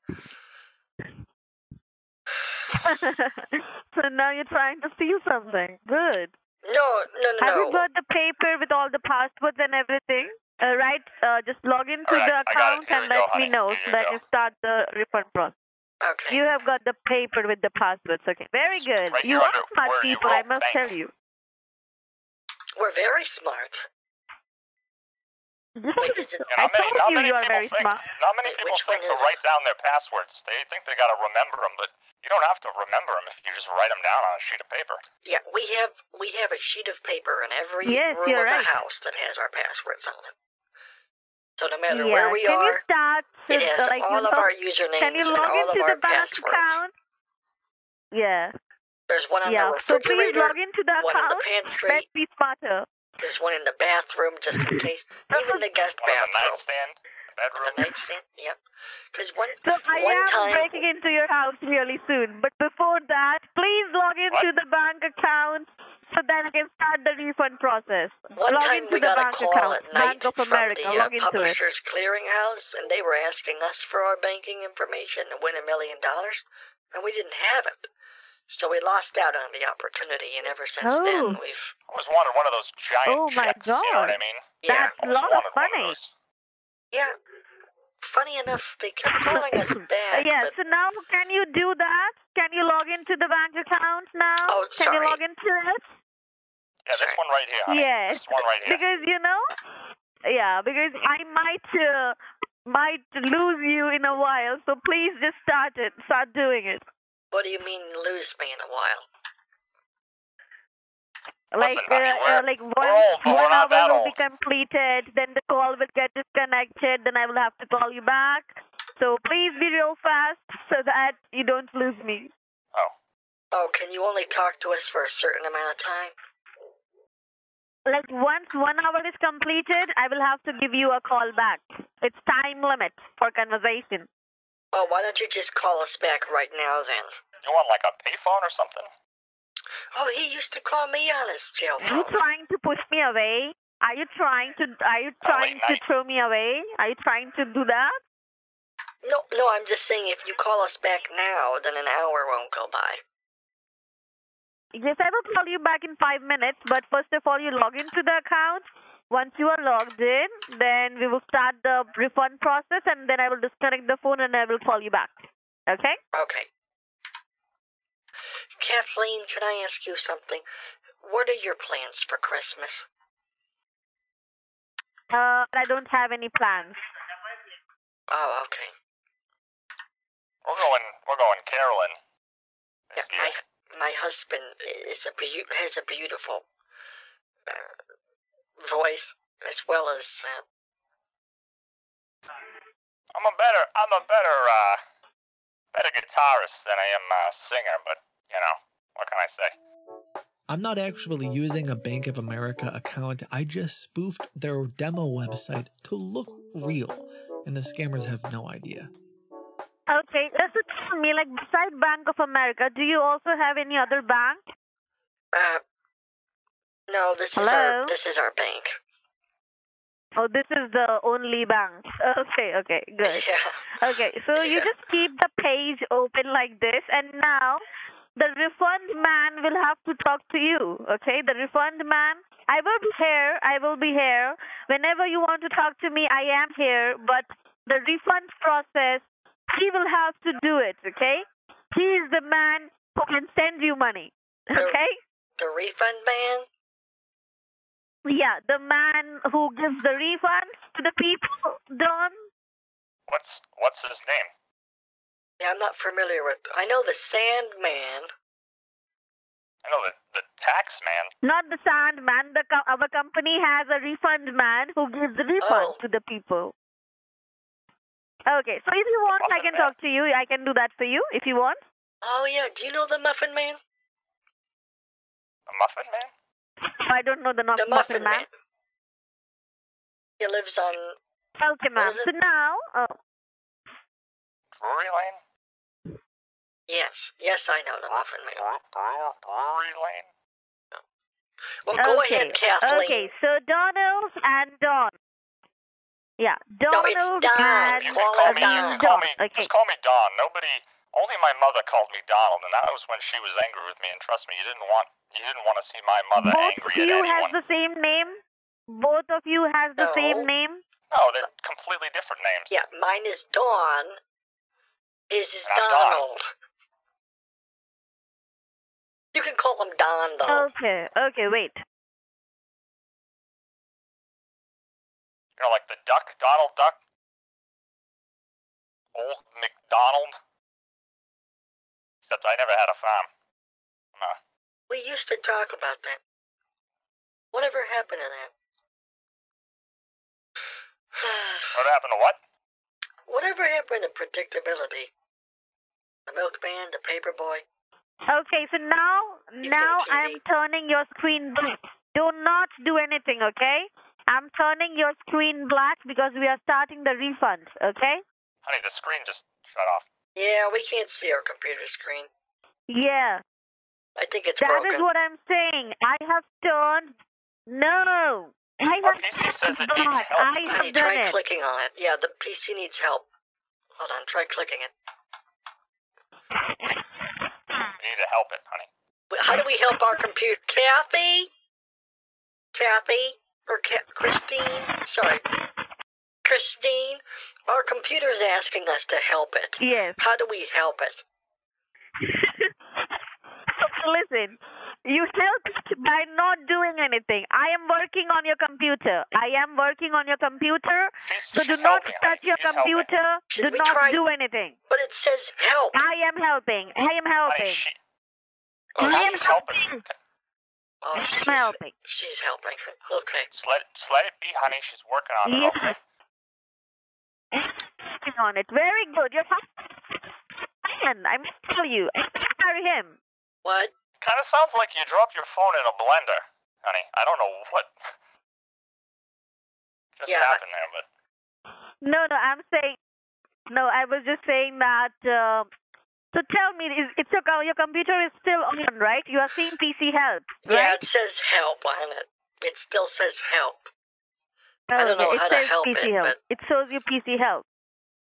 so now you're trying to steal something. Good. No, no, no, Have no. you got the paper with all the passwords and everything? Uh, right, uh, just log into All right, the I got it. account and Here you let go, me honey. know Here so you that go. you start the refund process. okay. You have got the paper with the passwords. Okay, very It's good. right you here are under smart where you people, I wrote must bank. tell you. We're very smart. Yes, Wait, is it- You I know, many, told not you many you are people very think, smart. Not many Wait, people which think one is to it? write down their passwords. They think they gotta remember them, but you don't have to remember them if you just write them down on a sheet of paper. Yeah, we have we have a sheet of paper in every Yes, room you're of right. the house that has our passwords on it. So no matter yeah. where we can you are, start? it with, has like, you all of know, our usernames Can you and log all of into our the bank passwords. account? Yeah, There's one on yeah. the So please log refrigerator, into the one in the account. Let's pantry, be smarter. there's one in the bathroom just in case, even the guest One on the bathroom. nightstand, the On bedroom. the nightstand, yep. Because one, So I one am time, breaking into your house really soon. But before that, please log into the bank account so that I can start the refund process. Uh, one log time into we the got a bank call account, at night Bank of from America. the uh, log into it. Publishers Clearinghouse, and they were asking us for our banking information to win a million dollars, and we didn't have it. So we lost out on the opportunity, and ever since Oh. then we've I always wanted one of those giant Oh my checks. You know what I God. mean? yeah I That's always lot of wanted one money. of those. yeah. Funny enough, they kept calling us Uh, back. yeah. but So now, can you do that? Can you log into the bank account now? Oh, can you sorry. log into it? Yeah, this Sorry. one right here. Honey. Yes. This one right here. Because you know, yeah. Because I might uh, might lose you in a while. So please just start it. Start doing it. what do you mean lose me in a while? like Listen, honey, uh, uh, we're- like one, old, but we're one hour not that will be old. completed then the call will get disconnected then i will have to call you back so please be real fast so that you don't lose me Oh, can you only talk to us for a certain amount of time? like once one hour is completed i will have to give you a call back it's time limit for conversation Oh, why don't you just call us back right now then? You want like a payphone or something? Oh, he used to call me on his cell Are you phone. trying to push me away? Are you trying to are you trying to night. throw me away? Are you trying to do that? No, no, I'm just saying if you call us back now, then an hour won't go by. Yes, I will call you back in five minutes, but first of all, you log into the account. Once you are logged in, then we will start the refund process, and then I will disconnect the phone and I will call you back. Okay? Okay. Kathleen, can I ask you something? What are your plans for Christmas? Uh, I don't have any plans. Oh, okay. We're going. We're going Carolyn. Yeah, This my year. my husband is a beau- has a beautiful uh, voice as well as uh, I'm a better. I'm a better. uh Better guitarist than I am a singer, but you know what can I say? I'm not actually using a Bank of America account. I just spoofed their demo website to look real, and the scammers have no idea. Okay, just tell me, like, beside Bank of America, do you also have any other bank? uh no, this is our Hello? this is our bank. Oh, this is the only bank. Okay, okay, good. Yeah. Okay, so you Yeah. just keep the page open like this, and now the refund man will have to talk to you. Okay, the refund man. I will be here. I will be here. Whenever you want to talk to me, I am here. But the refund process, he will have to do it. Okay, he is the man who can send you money. So- Okay. The refund man? Yeah, the man who gives the refunds to the people, Don. What's What's his name? Yeah, I'm not familiar with I know the Sandman. I know the the tax man. Not the sand man. The co- our company has a refund man who gives the refund Oh. to the people. Okay, so if you want, I can talk to you. I can do that for you if you want. Oh yeah, do you know the Muffin Man? The muffin man. I don't know the knock the Muffin, muffin man. man. He lives on Okay, ma'am. is it? So now, oh, Brewery Lane. Yes, yes, I know the Muffin Man. Brew, brew, brewery Lane. Well, go okay, ahead, Kathleen. okay. So Donald and Don. Yeah, Donald Don. and You And can call me. Don. You can call me. Okay. Just call me Don. Nobody. Only my mother called me Donald, and that was when she was angry with me. And trust me, you didn't want. You didn't want to see my mother Both of angry at you has anyone. the same name. Both of you has the No. same name. No, they're completely different names. Yeah, mine is Dawn. His is And I'm Don. Donald. You can call him Don though. Okay, okay, wait. You know, like the duck, Donald Duck, Old McDonald. Except I never had a farm. We used to talk about that. Whatever happened to that? What happened to what? Whatever happened to predictability? The milkman, the paperboy. Okay, so now You now can I'm see. turning your screen black. Do not do anything, okay? I'm turning your screen black because we are starting the refund, okay? Honey, the screen just shut off. Yeah, we can't see our computer screen. Yeah. I think it's That is broken. what I'm saying. I have turned no. I Our have PC says turned it needs black. help. I Honey, have try done it. clicking on it. Yeah, the PC needs help. Hold on, try clicking it. You need to help it, honey. Wait, How do we help our computer? Kathy? Kathy? Or Ka- Christine? Sorry. Christine? Our computer's asking us to help it. Yes. How do we help it? So listen, you helped by not doing anything. I am working on your computer. I am working on your computer. She's, So she's do not helping, honey. touch your She's Helping. computer. Should Do we not try- do anything. But it says help. I am helping. I am Honey, helping. she, Oh, I am she's helping. Oh, I she's, am helping. she's helping. Okay. Just let, just let it be, honey. She's working on it. Yeah. Okay. Working on it. Very good. Your husband man. I must tell you. I must marry him. What? Kind of sounds like you dropped your phone in a blender, honey. I don't know what just Yeah, I- happened there, but No, no. I'm saying. No, I was just saying that uh, So tell me, is, it's your, co- your computer is still on, right? You are seeing PC help, Yeah, right? it says help on it. It still says help. I Oh, don't know yeah, it how to says help PC it, help. but- It shows you PC help.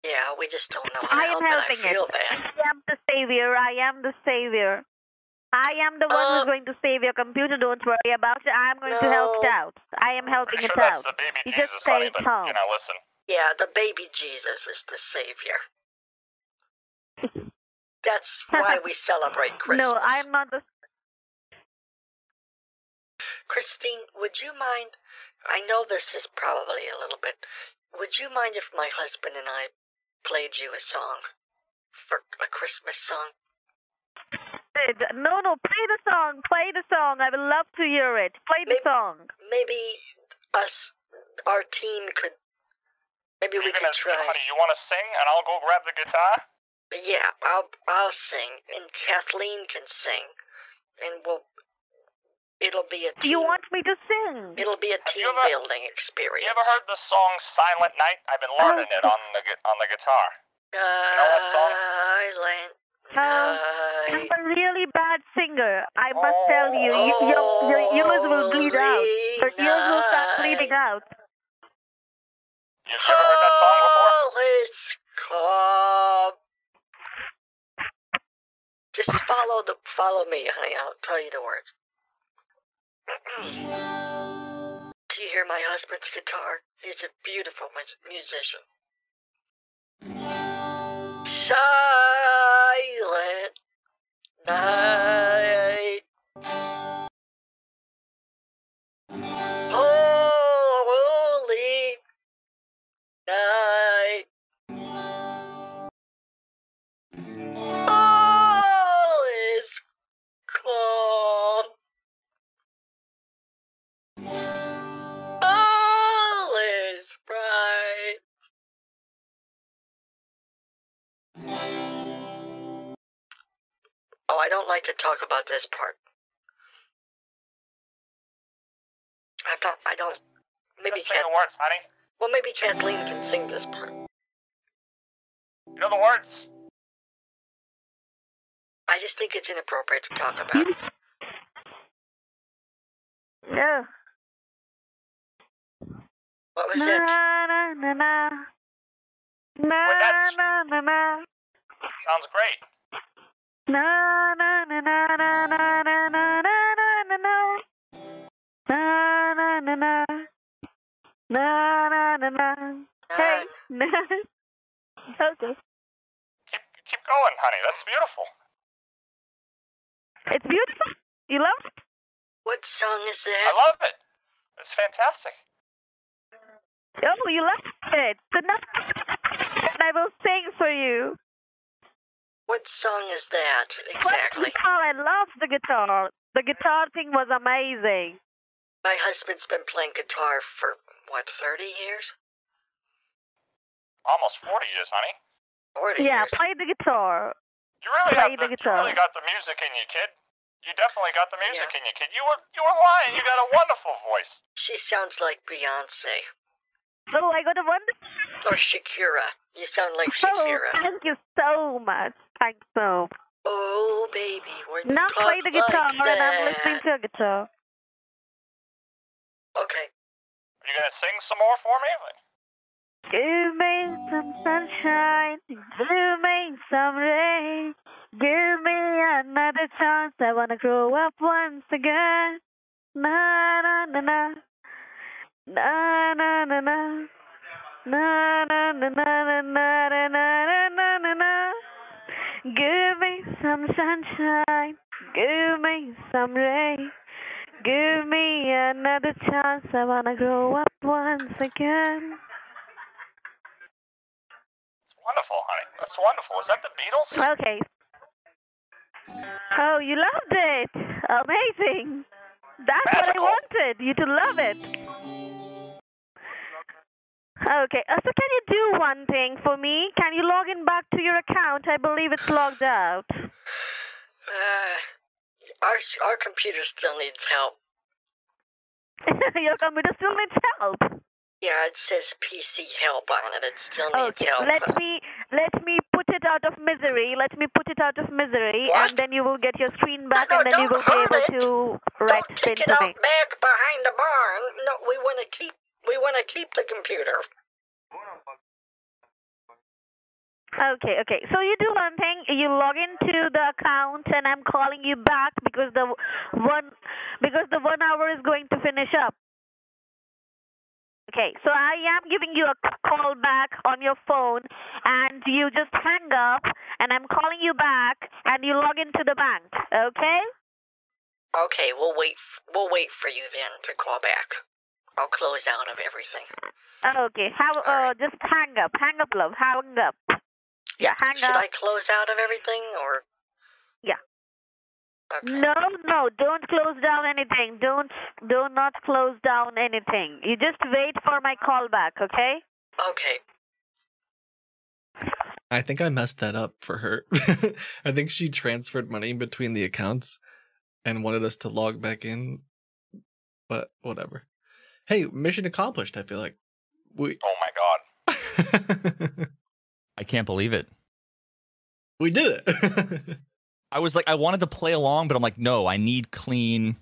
Yeah, we just don't know how I to am help it. I helping it. feel bad. I am the savior. I am the savior. I am the one Uh, who's going to save your computer. Don't worry about it. I am going to help it no. out. I am helping Pretty sure it that's out. the baby You just Jesus, stay honey, but calm. you know, listen. Yeah, the baby Jesus is the savior. That's why we celebrate Christmas. No, I am not the. Christine, would you mind? I know this is probably a little bit. Would you mind if my husband and I played you a song for a Christmas song? No, no, play the song. Play the song. I would love to hear it. Play the Maybe- song. Maybe us, our team could. Maybe we You're could gonna, try. honey, you want to sing, and I'll go grab the guitar. But yeah, I'll I'll sing, and Kathleen can sing, and we'll. It'll be a Do team. you want me to sing? It'll be a you team ever- building experience. You ever heard the song "Silent Night"? I've Oh. been learning it on the gu- on the guitar. that song? Silent Uh, I'm uh, night. a really bad singer. I must tell Um, you, you your, your ears will bleed out. Your ears will start bleeding Oh, out. You you ever heard that song Oh, before? Let's come. Just follow the follow me, honey. I'll tell you the words. Do you hear my husband's guitar? He's a beautiful mus- musician. Silent night. Holy night. All is calm. All is bright. Oh, I don't like to talk about this part. I'm not, I don't. Maybe Just sing Kath- the words, honey. well, maybe Kathleen can sing this part. You know the words. I just think it's inappropriate to talk about. Yeah. What was Na it? na na na. Na that's- na na na. Sounds great. Na na na na na na na na na na na. Na na na na. Na na na na. Uh, Hey. Na. Okay. Keep keep going, honey. That's beautiful. It's beautiful. You love it? What song is that? I love it. It's fantastic. Oh, you love it. The next I will sing for you. What song is that What exactly? guitar? I love the guitar. The guitar thing was amazing. My husband's been playing guitar for what, thirty years? Almost 40 years, honey. Forty Yeah, years. play the guitar. You really Play have the the, you guitar. really got the music in you, kid. You definitely got the music Yeah. in you, kid. You were you were lying. You got a wonderful voice. She sounds like Beyonce Oh, I got a wonderful. or Shakira. You sound like Oh, Shakira. thank you so much. Thanks so. much. Oh baby, when you Now talk play the guitar, like and I'm listening to that. a guitar. Okay. Are you gonna sing some more for me? Give me some sunshine, give me some rain, give me another chance. I wanna grow up once again. Na na na na, na na na na, na na na na na na na na na na na. Give me some sunshine, give me some rain, give me another chance. I wanna grow up once again. It's wonderful, honey. That's wonderful. Is that the Beatles? Okay. Oh, you loved it! Amazing! That's Magical. what I wanted you to love it. Okay, uh, so can you do one thing for me? Can you log in back to your account? I believe it's logged out. Uh, our our computer still needs help. your computer still needs help. Yeah, it says PC help on it. It still needs Okay, help. let me let me put it out of misery. Let me put it out of misery, What? and then you will get your screen back, No, no, and then you will don't be able hurt to it. Don't write take things it to me. out back behind the barn. No, we want to keep. We want to keep the computer. Okay, okay. So you do one thing. You log into the account, and I'm calling you back because the one because the one hour is going to finish up. Okay, so I am giving you a c- call back on your phone, and you just hang up, and I'm calling you back, and you log into the bank. Okay? Okay, we'll wait. f- We'll wait for you then to call back. I'll close out of everything. Okay. How? All Uh, right. just hang up. Hang up, love. Hang up. Yeah. Hang Should up. I close out of everything or? Yeah. Okay. No, no, don't close down anything. Don't, do not close down anything. You just wait for my call back, okay? Okay. I think I messed that up for her. I think she transferred money between the accounts and wanted us to log back in, but whatever. Hey, mission accomplished. I feel like we Oh my god. I can't believe it. we did it. I was like, I wanted to play along, but I'm like, no, I need clean,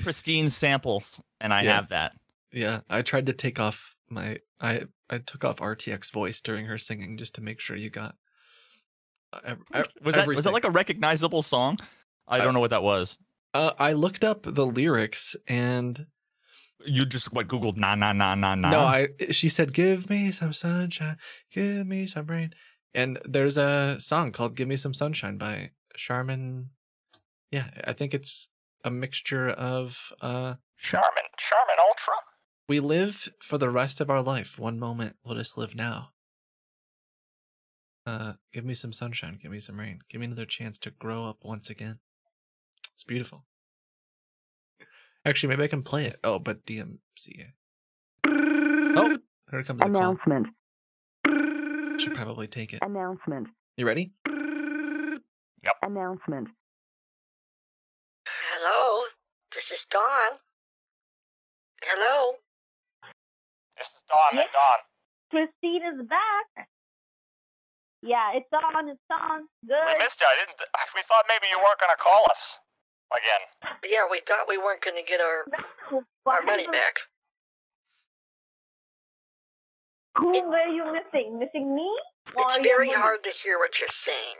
pristine samples, and I Yeah. have that. yeah, I tried to take off my I I took off RTX voice during her singing just to make sure you got. ev- ev- Was that was that E-, everything. like a recognizable song? I I- don't know what that was. Uh, I looked up the lyrics and You just what Googled na na na na na. No, I. She said, "Give me some sunshine, give me some rain," and there's a song called "Give Me Some Sunshine" by Charmin. Yeah, I think it's a mixture of uh, Charmin, Charmin Ultra. "We live for the rest of our life, one moment, let us live now." Uh, give me some sunshine, give me some rain, give me another chance to grow up once again. It's beautiful. Actually, maybe I can play it. Oh, but DMCA. Oh, here comes the call. Announcement. Should probably take it. Announcement. You ready? Announcement. Hello. This is Dawn. Hello. This is Don and Don. Christine is back. Yeah, it's on, it's on. We Good. missed you. I didn't. We thought maybe you weren't gonna call us again. Yeah, we thought we weren't gonna get our No, our what money happened? back. Who It- were you missing? Missing me? Or It's your very money? hard to hear what you're saying.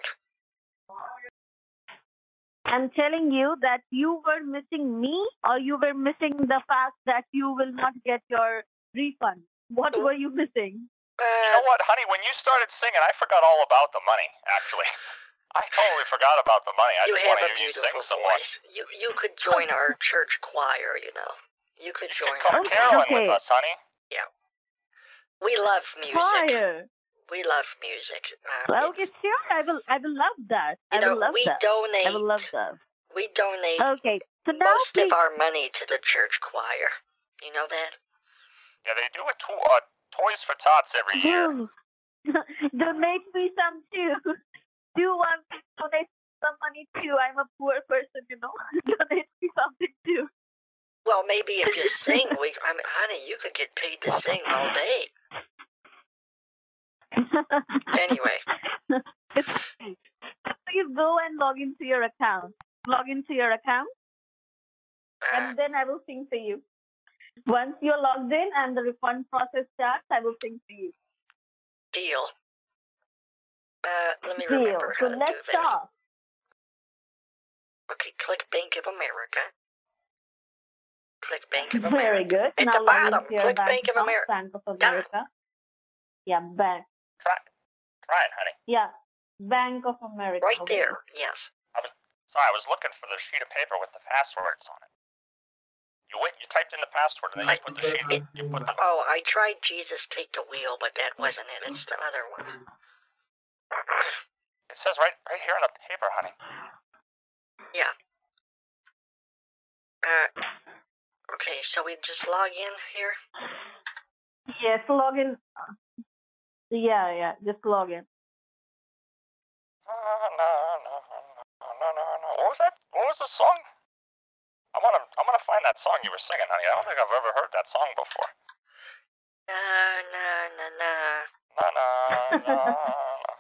I'm telling you that you were missing me, or you were missing the fact that you will not get your refund. What were you missing? You Uh, know what, honey? When you started singing, I forgot all about the money. Actually, I totally forgot about the money. I you just have want to a hear you sing beautiful some more. voice. You you could join our church choir. You know. You could You join. should come our- Okay. caroling with Okay. us, honey. We love music. Choir. We love music. Um, Well, okay, sure. I will. I will love that. I you will know, love we that. donate. I will love that. We donate Okay. So now, most please, of our money to the church choir. You know that? Yeah, they do a to- uh, Toys for Tots every year. do donate me some too. Do one thing, donate some money too. I'm a poor person, you know. donate me something too. Well, maybe if you sing, we. I mean, honey, you could get paid to sing all day. Anyway, Please go and log into your account. Log into your account. uh, and then I will sing for you. Once you're logged in and the refund process starts, I will sing for you. deal. Uh, let me Deal. remember So how to do let's that. talk. Okay, click Bank of America. Click Bank of Very America. good. At now the log bottom, into your click bank Bank of account, America. Bank of Done. America. Yeah, bank. Try, try it, honey. Yeah, Bank of America. Right there. Yes. Sorry, I was looking for the sheet of paper with the passwords on it. You went, you typed in the password, and then you I- put the sheet. it- You put the. Oh, I tried Jesus Take the Wheel, but that wasn't it. It's the other one. It says right, right here on the paper, honey. Uh, okay, so we just log in here. Yes, log in. Yeah, yeah, just log in. No, no, no, no, no, no, no. What was that? What was the song? I wanna, I wanna find that song you were singing, honey. I don't think I've ever heard that song before. Na na na na. Na na na. na.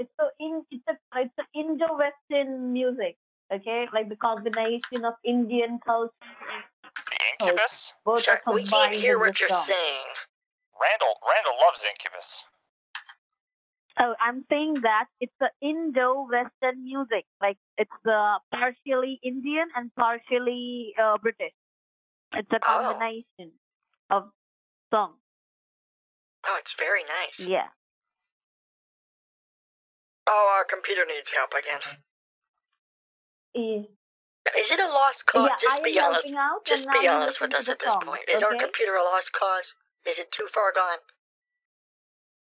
It's so in it's a it's an Indo-Western music. Okay, like the combination of Indian culture and The Incubus? both Sure, are we combined can't hear in what this you're song. saying. Randall Randall loves Incubus. Oh, I'm saying that it's a Indo-Western music. Like it's uh, partially Indian and partially uh, British. It's a Oh. combination of songs. Oh, it's very nice. Yeah. Oh, our computer needs help again. Is Is it a lost cause? yeah, just I be am honest. helping out. and Just now be you honest with listen us to at the this song, point. Is our okay? computer a lost cause? Is it too far gone?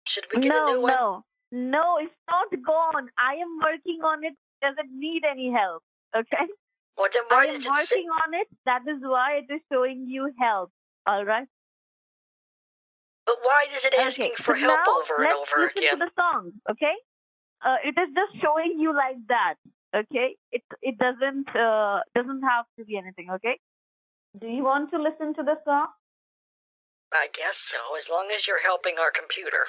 Should we get a No, new one? no, no. It's not gone. I am working on it. Doesn't need any help. Okay. Well, then I why am did it say? working on it. That is why it is showing you help. All right. But why is it asking okay. for so help now, over and let's over listen again? to the song. Okay. Uh, it is just showing you like that. Okay. It it doesn't uh, doesn't have to be anything. Okay. Do you want to listen to the song? I guess so, as long as you're helping our computer.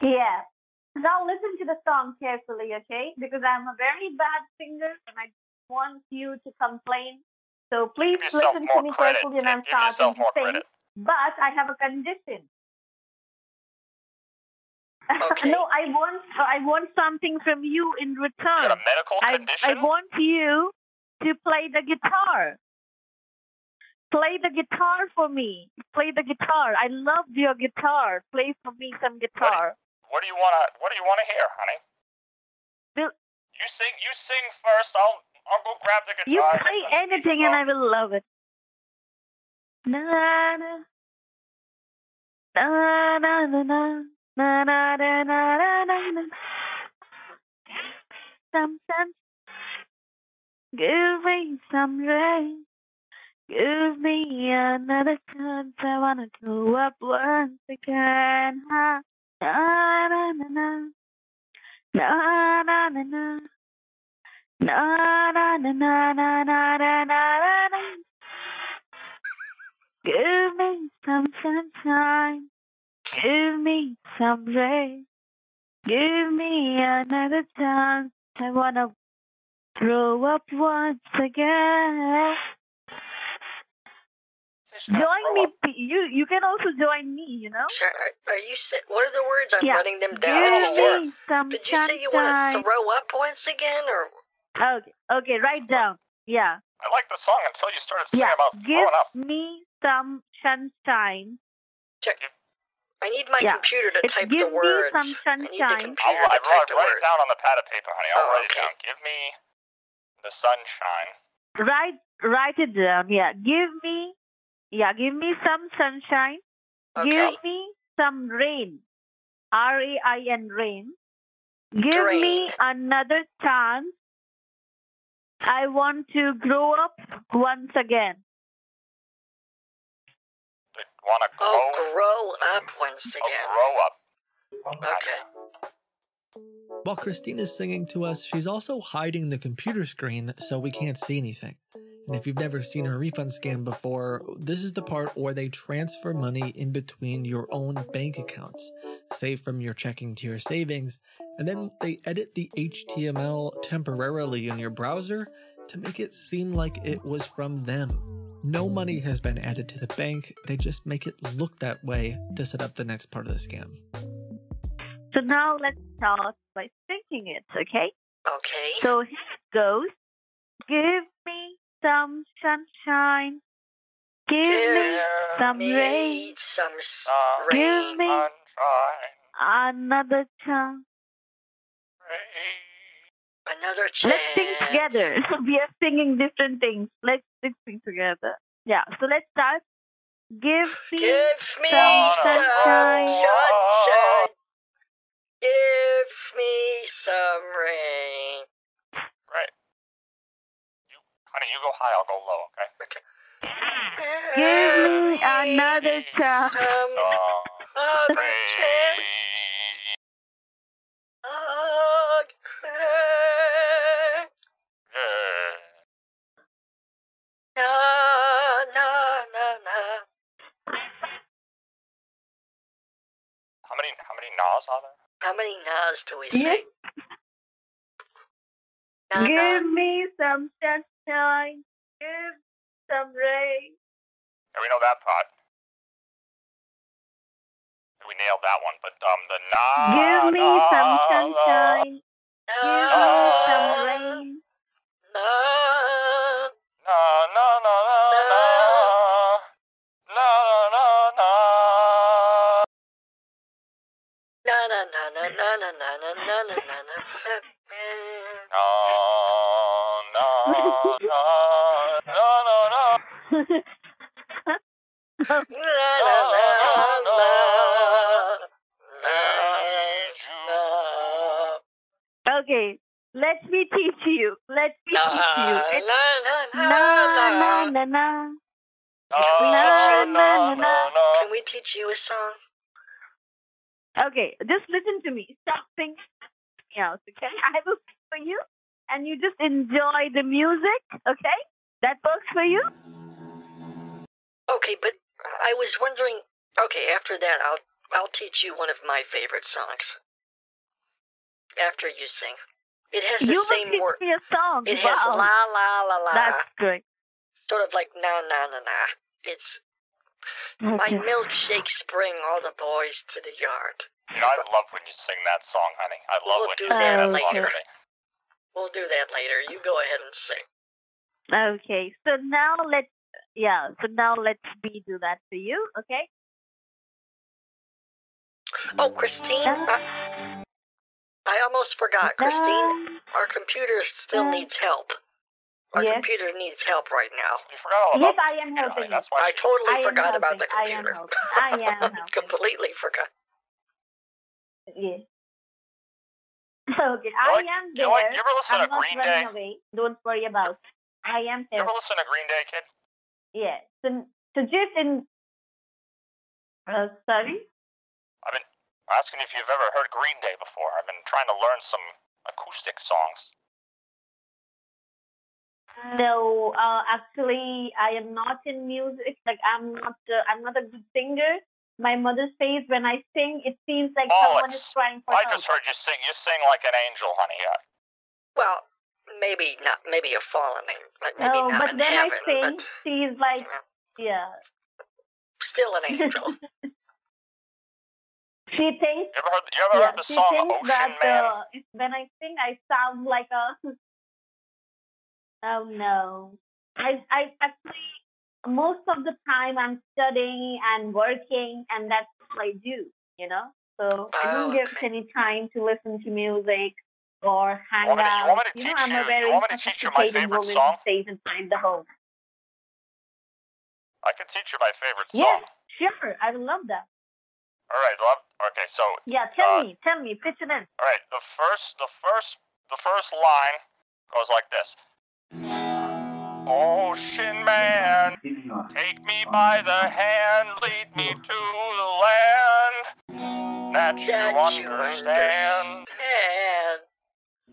Yeah. Now listen to the song carefully, okay? Because I'm a very bad singer and I don't want you to complain. So please Give yourself listen to more me credit. carefully and Give I'm starting yourself to more sing. credit. But I have a condition. Okay. no, I want I want something from you in You got return. a medical Hmm. I I condition? want you to play the guitar. Play the guitar for me. Play the guitar. I love your guitar. Play for me some guitar. What do you wanna What do you wanna hear, honey? Bill- You sing. You sing first. I'll I'll go grab the guitar. You play anything and I will love it. Na na na na na na na na na na na na. Sometimes give me some rain. Give me another chance. I wanna go up once again. Ha. Na na na na na na na na. Na na na na na na na na na na. Give me some sunshine. Give me some rain. Give me another chance. I wanna grow up once again. Join me. p- You you can also join me. You know. Sure. Are, are you? sa- What are the words? I'm Yeah. running them down. I Give don't know. me words. some Did you say you want to sunshine. throw up once again, or Okay okay. Write down. Yeah. I like the song until you started singing Yeah, about Give throwing up. me some sunshine. I need my Yeah. computer to It's type give the me words. some I need the sunshine. I'll, computer to I'll, type write, the write it words. down on the pad of paper, honey. I'll Oh, write it okay. down. Give me the sunshine. Write write it down. Yeah. Give me yeah, give me some sunshine. Okay. Give me some rain. R A I N rain. Give me Drain. another chance. I want to grow up once again. They want to grow, Oh, grow up once oh, again. grow up. Okay. While Christine is singing to us, she's also hiding the computer screen so we can't see anything. And if you've never seen a refund scam before, this is the part where they transfer money in between your own bank accounts, save from your checking to your savings, and then they edit the HTML temporarily in your browser to make it seem like it was from them. No money has been added to the bank, they just make it look that way to set up the next part of the scam. So now let's start by thinking it, okay? Okay. So here it goes. Give me some sunshine. Give me Give some rain. Need some s- some Give rain. me sunshine. another chance. Another chance. Let's sing together. we are singing different things. Let's, let's sing together. Yeah. So let's start. Give me. Give me Some some sunshine. sunshine. Give me some rain. Honey, you go high, I'll go low, okay? Give me another chance. Um, Some Another chance. rain. Na, na, na, na. How many Nas on there? How many nas do we Yeah. say? Na, na. Give me some sunshine. Give some rain. Yeah, we know that part. We nailed that one, but um, the Nas. Give me some sunshine. Give me some Ah. rain. na. Na na na na na na na na. Na, na, na, na, na, na, na, na, na, na, na, na, na. Na, na, na, na, na, na. Na, na, na, na, na, na. Okay, let me teach you. Let me Na, teach you. It's na, na, na, na na. na na na. we Na, teach you- na, na, na. Can we teach you a song? Okay, just listen to me. Stop thinking anything else, okay? I will sing for you, and you just enjoy the music, okay? That works for you? Okay, but I was wondering. Okay, after that, I'll I'll teach you one of my favorite songs. After you sing, it has the you will same teach word. me a song. It has wow. la la la la, That's great. sort of like na na na na. It's Okay. my milkshakes bring all the boys to the yard. You know, I love when you sing that song, honey. I love We'll when do you sing that that song later. to me. We'll do that later. You go ahead and sing. Okay, so now let's, yeah, so now let me do that for you, okay? Oh, Christine, I, I almost forgot. Christine, our computer still needs help. Our Yes. computer needs help right now. You forgot Oh, all Yes, about I am the honey. helping. That's why I she totally I am forgot about the helping. I am computer. helping. I am helping. Completely forgot. Yes. Okay, I like- am you there. know what? You ever listen I'm to not Green running Day? away. Don't worry about. I am You there. ever listen to Green Day, kid? Yeah. So, so just in. Uh, sorry. I'm asking if you've ever heard Green Day before. I've been trying to learn some acoustic songs. No, uh, actually, I am not in music. Like, I'm not. Uh, I'm not a good singer. My mother says when I sing, it seems like someone is Bollocks. trying for I help. just heard you sing. You sing like an angel, honey. Uh, Well, maybe not. Maybe a fallen angel. Like maybe no, not Oh, but in when heaven, I sing, but she's like, yeah. still an angel. she you thinks ever heard? You ever heard the she song thinks Ocean that, Man? Uh, if- when I sing, I sound like a. Oh no! I I actually most of the time I'm studying and working, and that's all I do. You know, so I don't Oh, give okay. any time to listen to music or hang want me to- you out. want me to know, teach I'm you- a you very want me to teach you my sophisticated favorite woman song? who stays inside the home. I can teach you my favorite song. Yes, sure, I would love that. All right, love. Okay, so Yeah, tell Uh, me, tell me, pitch it in. all right, the first, the first, the first line goes like this. Ocean Man, take me by the hand, lead me to the land that you That you understand. understand.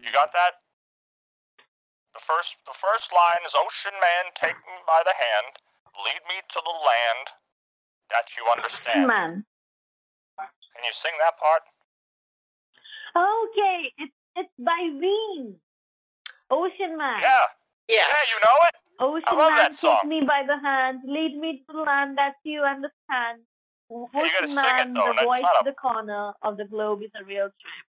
You got that? The first the first line is Ocean Man, take me by the hand, lead me to the land that you understand. Man. Can you sing that part? Okay, it's it's by Ween. Ocean Man. Yeah. Yes. Yeah, you know it? Ocean I love Man, that take song. me by the hand, lead me to the land that you understand. Ocean gotta sing it, Man, though, and it's the voice not to a- the corner of the globe is a real trip.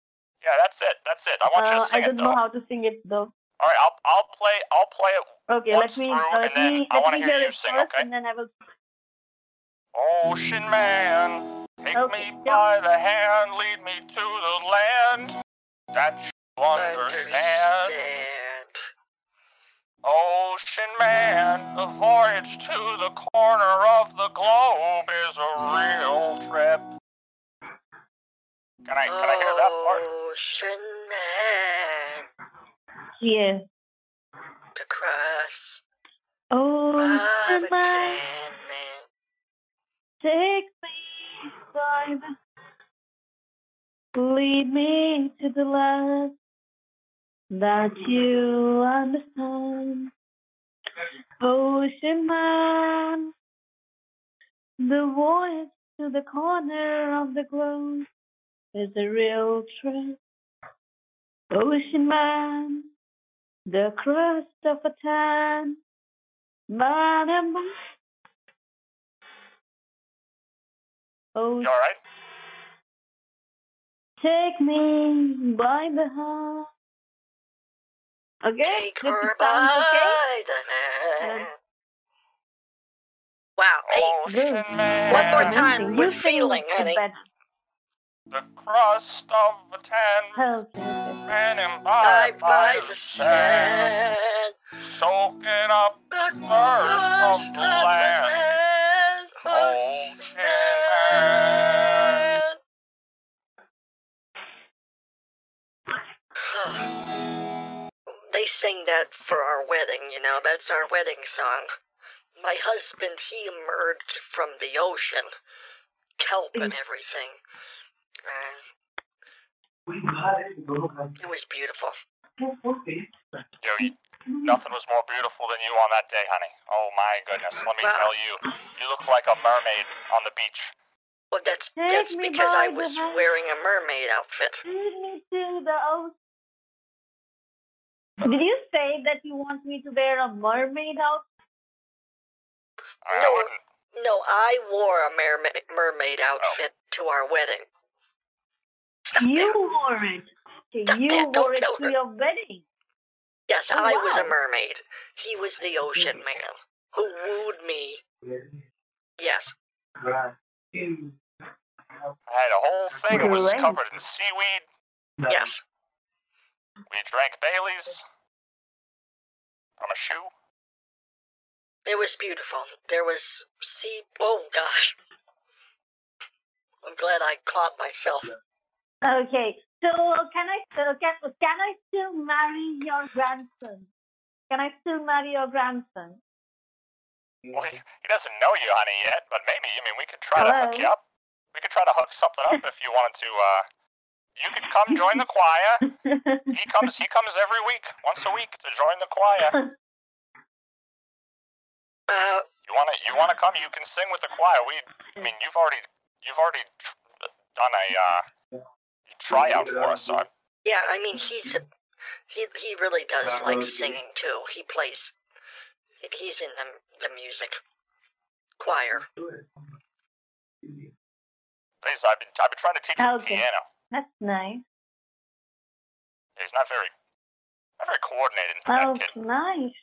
Yeah, that's it. That's it. I want you Uh, to sing I don't it though. know how to sing it though. All right, I'll I'll play I'll play it. Okay, Once let me through, uh, and let then me I let wanna me hear hear you it sing, first, okay? and then I will. Ocean Man, take Okay, me yeah. by the hand, lead me to the land that you understand. Understand. Ocean Man, the voyage to the corner of the globe is a real trip. Can I can I hear that part? Ocean man Yeah. to cross Oh, by Ocean the Man, Sandman. take me by the lead me to the land that you understand. Ocean man, the voice to the corner of the globe is a real trip. Ocean man, the crust of a tan. Man, a man. Oh, You all right? take me by the hand. Okay, Take this her sounds by okay. the hand. Um, Wow. Oh, Hey, Ocean Good. man. One more You time sing- with you sing feeling, it honey. better. The crust of a tan Okay, okay. man and by, by, by the the sand. sand. Soaking up The Mars of crust the land. Oh, land. Ocean man. man. They sang that for our wedding, you know, that's our wedding song. My husband, he emerged from the ocean, kelp and Mm. everything. Uh, it was beautiful. Yo, you, nothing was more beautiful than you on that day, honey. Oh my goodness, let me Wow. tell you, you look like a mermaid on the beach. Well, that's, Take that's me because by I the was hand. wearing a mermaid outfit. Lead me to the ocean. Did you say that you want me to wear a mermaid outfit? I No. wouldn't. No, I wore a mermaid, mermaid outfit to our wedding. Stop You that. wore it. Stop You that. Don't wore it tell to her. your wedding. Yes, Oh, I was a wow. mermaid. He was the ocean man who wooed me. Yes. I had a whole thing. It was Great. covered in seaweed. Yes. We drank Bailey's from a shoe. It was beautiful. There was sea. Oh, gosh. I'm glad I caught myself. Okay. So can I so can can I still marry your grandson? Can I still marry your grandson? Well, he, he doesn't know you, honey, yet, but maybe. I mean, we could try to hook Hello? you up. We could try to hook something up if you wanted to. Uh, you could come join the choir. He comes. He comes every week, once a week, to join the choir. Uh, You wanna, you wanna come? You can sing with the choir. We, I mean, you've already, you've already tr- done a uh, tryout for us. So I, yeah, I mean, he's a. He, he really does like singing, too. He plays. he- He's in the, the music choir. please, I've been, I've been trying to teach him Okay. piano. That's nice. He's not very, not very coordinated. that Oh, kid. nice.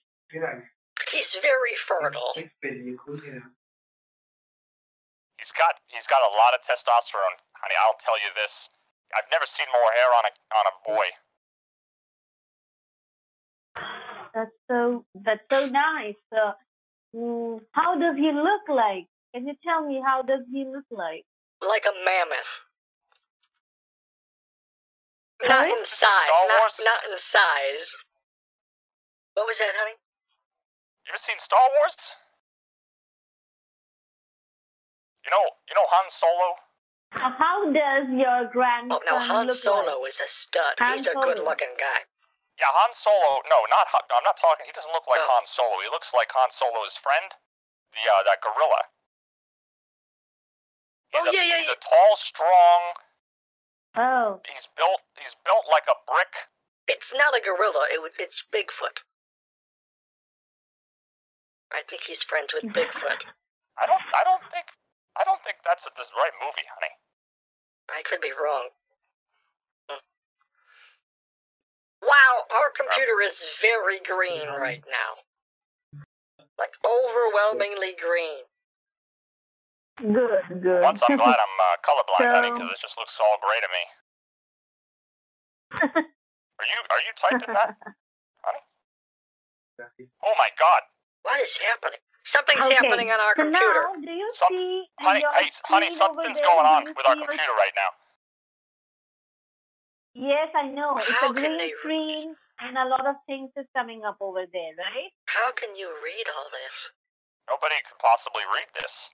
He's very fertile. He's got he's got a lot of testosterone, honey. I'll tell you this. I've never seen more hair on a on a boy. That's so that's so nice. Uh, mm, how does he look like? Can you tell me how does he look like? like a mammoth. Not in Is it Star size. Not, Wars? not in size. What was that, honey? You ever seen Star Wars? You know you know Han Solo. Uh, How does your grandson Oh no, Han look Solo like? is a stud. Han He's a Solo. good-looking guy. Yeah, Han Solo. No, not Han, I'm not talking. He doesn't look like Oh. Han Solo. He looks like Han Solo's friend, the uh, that gorilla. Oh, He's a, yeah, yeah, He's yeah. a tall, strong. Oh, He's built. He's built like a brick. It's not a gorilla. It, would- it's Bigfoot. I think he's friends with Bigfoot. I don't. I don't think. I don't think that's a, this right movie, honey. I could be wrong. Hmm. Wow, our computer is very green right now. Like overwhelmingly green. good, good. Once I'm glad I'm uh, colorblind, honey, So- because it just looks all gray to me. Are you are you typing that? Oh my god, What is happening? Something's Okay, happening on our so computer. now, do you Some- see? honey, your hey, honey, screen over something's there? going Do on you with our see your- computer right now. Yes, I know. It's How a can green they- screen, and a lot of things is coming up over there, right? How can you read all this? Nobody could possibly read this.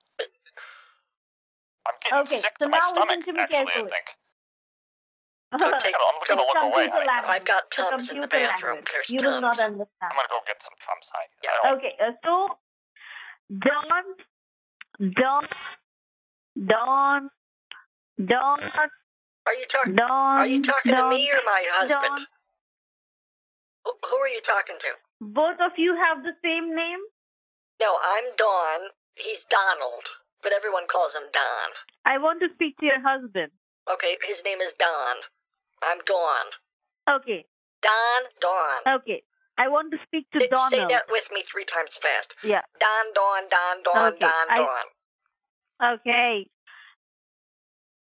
I'm getting Okay, sick so to my now listen stomach. to me actually, I carefully. think. Okay, I'm gonna, I'm gonna look away, honey. I've got tums in the computer bathroom. language. There's You will not tums. I'm understand. gonna go get some chums, honey. Yeah. I don't, Okay, uh, so Don, Don, Don, Don, Are you talking? Don't. Are you talking to don't, me or my Don't. husband? Who, who are you talking to? Both of you have the same name. No, I'm Don. He's Donald, but everyone calls him Don. I want to speak to your husband. Okay, his name is Don. I'm Don. Okay, Don, Don. okay. I want to speak to Say- Say Donald. that with me three times fast. Yeah. Don, Don, Don, Don, Okay, Don, I- Don. Okay,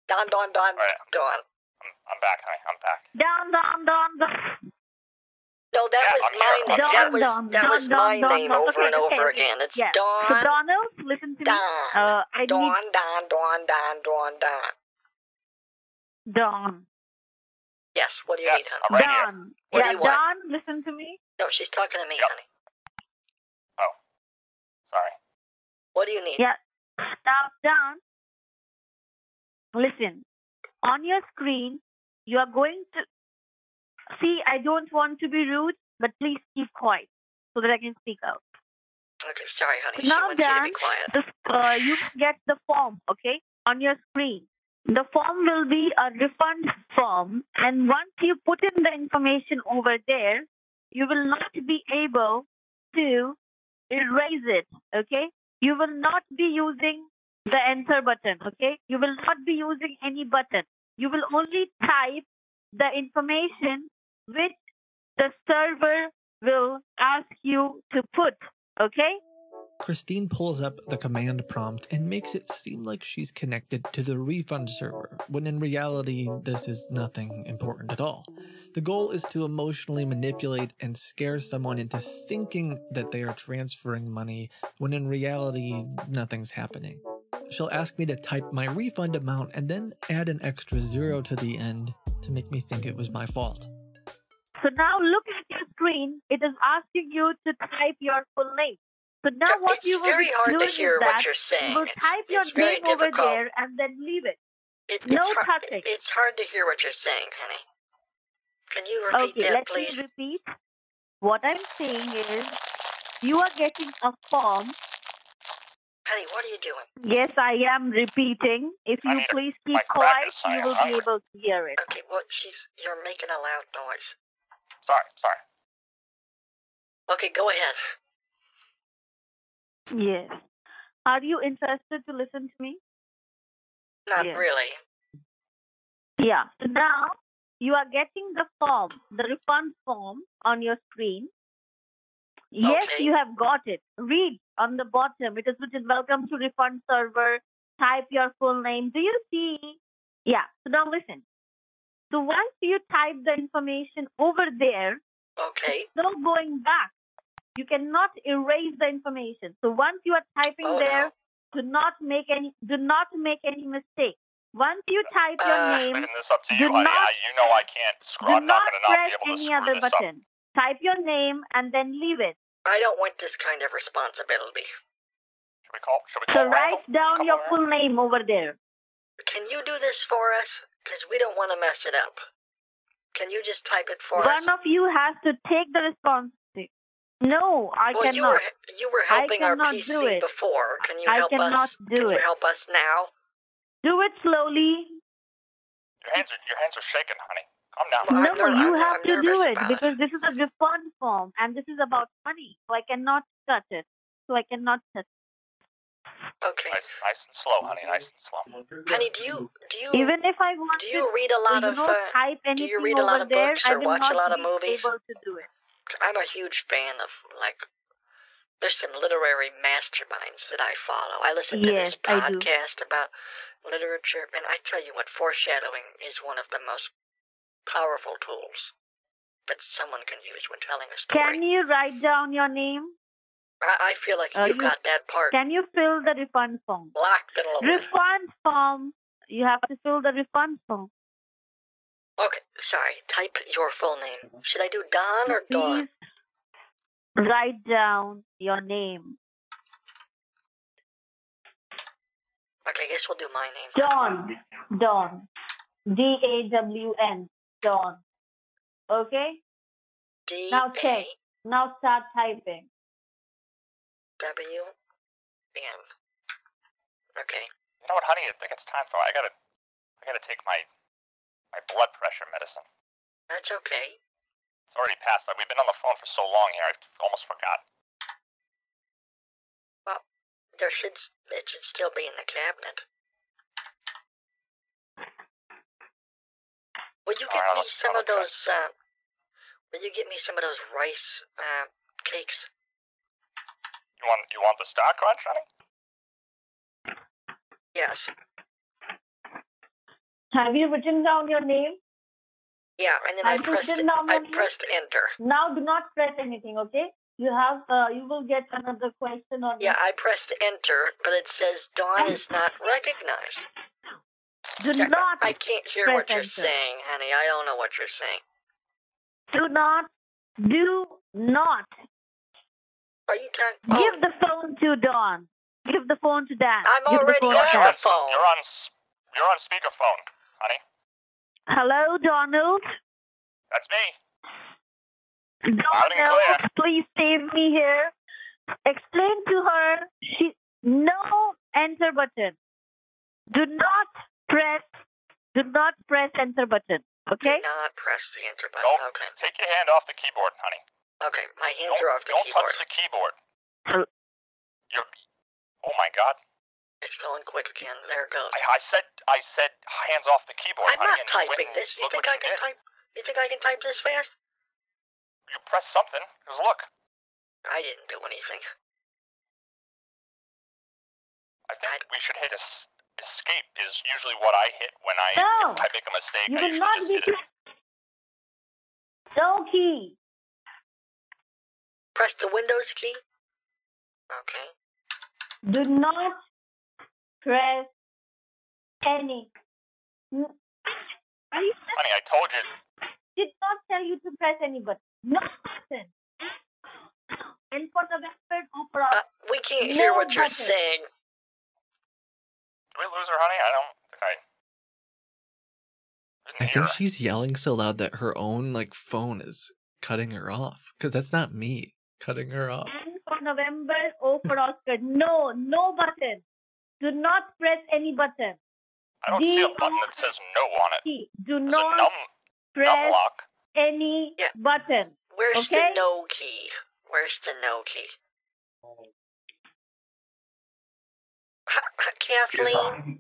Don, Don, Don, Alright. Don. I'm, I'm back, honey. I'm back. down, down, down, down. No, that Yeah, was I'm my here, name. I'm Don, that was Don, that Don, was Don, my Don, name Don. over and Okay, over okay, again. It's Yeah. So Don, Donald, listen to me. Don, Uh, I Don, Don, Don, Don, Don, Don. need Don. Yes. What do you Yes, need, honey? I'm right here. Don. What do yeah, you want? Don, listen to me. No, she's talking to me, Yep. honey. Sorry. What do you need? Yeah. Now, Don, listen. On your screen, you are going to see. I don't want to be rude, but please keep quiet so that I can speak out. Okay, sorry, honey. She Now, wants you to Dan, be quiet. this, uh, you get the form, okay, on your screen. The form will be a refund form, and once you put in the information over there, you will not be able to erase it, okay? You will not be using the enter button, okay? You will not be using any button. You will only type the information which the server will ask you to put, okay? Christine pulls up the command prompt and makes it seem like she's connected to the refund server, when in reality, this is nothing important at all. The goal is to emotionally manipulate and scare someone into thinking that they are transferring money, when in reality, nothing's happening. She'll ask me to type my refund amount and then add an extra zero to the end to make me think it was my fault. So now look at your screen. It is asking you to type your full name. So now So what it's you will very be hard doing to hear is that what you're saying. you will It's- type your it's very name over difficult. there and then leave it. It, No it's hard, touching. It's hard to hear what you're saying, honey. Can you repeat okay, that, let please? me repeat. What I'm saying is, you are getting a form. honey, what are you doing? Yes, I am repeating. If I you need to- please keep my quiet, practice, I you am will be hungry. able to hear it. Okay, well, she's you're making a loud noise. Sorry. Sorry. Okay, go ahead. Yes. Are you interested to listen to me? Not Yeah. really. Yeah. So now you are getting the form, the refund form on your screen. Yes, Okay. you have got it. Read on the bottom. It is written welcome to refund server. Type your full name. Do you see? Yeah. So now listen. So once you type the information over there, Okay. no going back. You cannot erase the information. So once you are typing Oh, there, no. do not make any do not make any mistake. Once you type your Uh, name, Leaving this up to Do you, honey. not- I, you know I can't screw. do I'm not not gonna not press be able to any screw other this up. button. Type your name and then leave it. I don't want this kind of responsibility. Should we call? Should we So call? Randall? write down Come your over here. full name over there. Can you do this for us? Because we don't want to mess it up. Can you just type it for us? One of you has to take the responsibility. No, I well, cannot. you were you were I helping our cannot PC do it. before. Can you I help cannot us? do Can you it. help us now? Do it slowly. Your hands are your hands are shaking, honey. Calm down. Well, I'm no, ner- you I'm- have I'm to do nervous it about it. because this is a refund form and this is about money. So I cannot touch it. So I cannot touch Okay. Nice, nice and slow, honey. Nice and slow. Honey, do you do you it. Even if I want do to you read a lot you of? know, Uh, type do anything you read a lot over of there, books I or will watch a lot not of be movies? able to do it. I'm a huge fan of like. There's some literary masterminds that I follow. I listen to Yes, this I do. podcast about literature, and I tell you what, foreshadowing is one of the most powerful tools that someone can use when telling a Can story. you write down your name? I, I feel like Uh, you've you- got that part Can you fill the refund form? locked and loaded. Refund form. You have to fill the refund form. Okay, sorry. Type your full name. Should I do Don or Dawn? Please write down your name. Okay, I guess we'll do my name. Dawn. Dawn. D A W N. Dawn. Okay? D Now A check. Now start typing. W N. Okay. You know what, honey? I think it's time for I gotta I gotta take my my blood pressure medicine. That's okay. It's already past. Like, we've been on the phone for so long here, I almost forgot. There should s- it should still be in the cabinet. Will you get Alright, me I'll- some I'll of those? Uh, will you get me some of those rice uh, cakes? You want you want the star crunch, honey? Yes. Have you written down your name? Yeah. And then I I just pressed did it, not I want you- pressed enter. Now do not press anything, okay? You have uh, you will get another question on Yeah, I pressed enter, but it says Dawn is not recognized. do Becca, not I can't hear what you're press enter. saying, honey. I don't know what you're saying. do not do not Are you Oh, talking? give the phone to Dawn. Give the phone to Dan. I'm Give the already phone You're, to on you're, on, Dan. the s- phone. you're on s- you're on speakerphone, honey. Hello, Donald. That's me. and Donald, please save me here. Explain to her she no enter button. Do not press do not press enter button. Okay? Do not press the enter button. Nope. Okay. Take your hand off the keyboard, honey. Okay. My hands Don't, are off the don't keyboard. touch the keyboard. Hello. You're, oh my God! It's going quick again. There it goes. I, I said I said hands off the keyboard. I'm honey, not and you went typing and this. You look think I what can did. type? You think I can type this fast? You press something. Because look, I didn't do anything. I think we should hit es- escape. Is usually what I hit when I No. if I make a mistake. You I will usually not just be hit it. No key. Press the Windows key. Okay. Do not press any. N- Are you sure Honey, I told you. I did not tell you to press any button? No button. And for November or for Uh, we can't hear No what you're button. saying. Did we lose her, honey? I don't think I. Didn't I hear think her. she's yelling so loud that her own like phone is cutting her off. Because that's not me cutting her off. and for November or for Oscar. No, no button. Do not press any button. I don't see a the- button that says no on it. See, do There's a not numb, numb press lock. any Yeah. button. Where's Okay. the no key? Where's the no key? Ha- ha- Kathleen,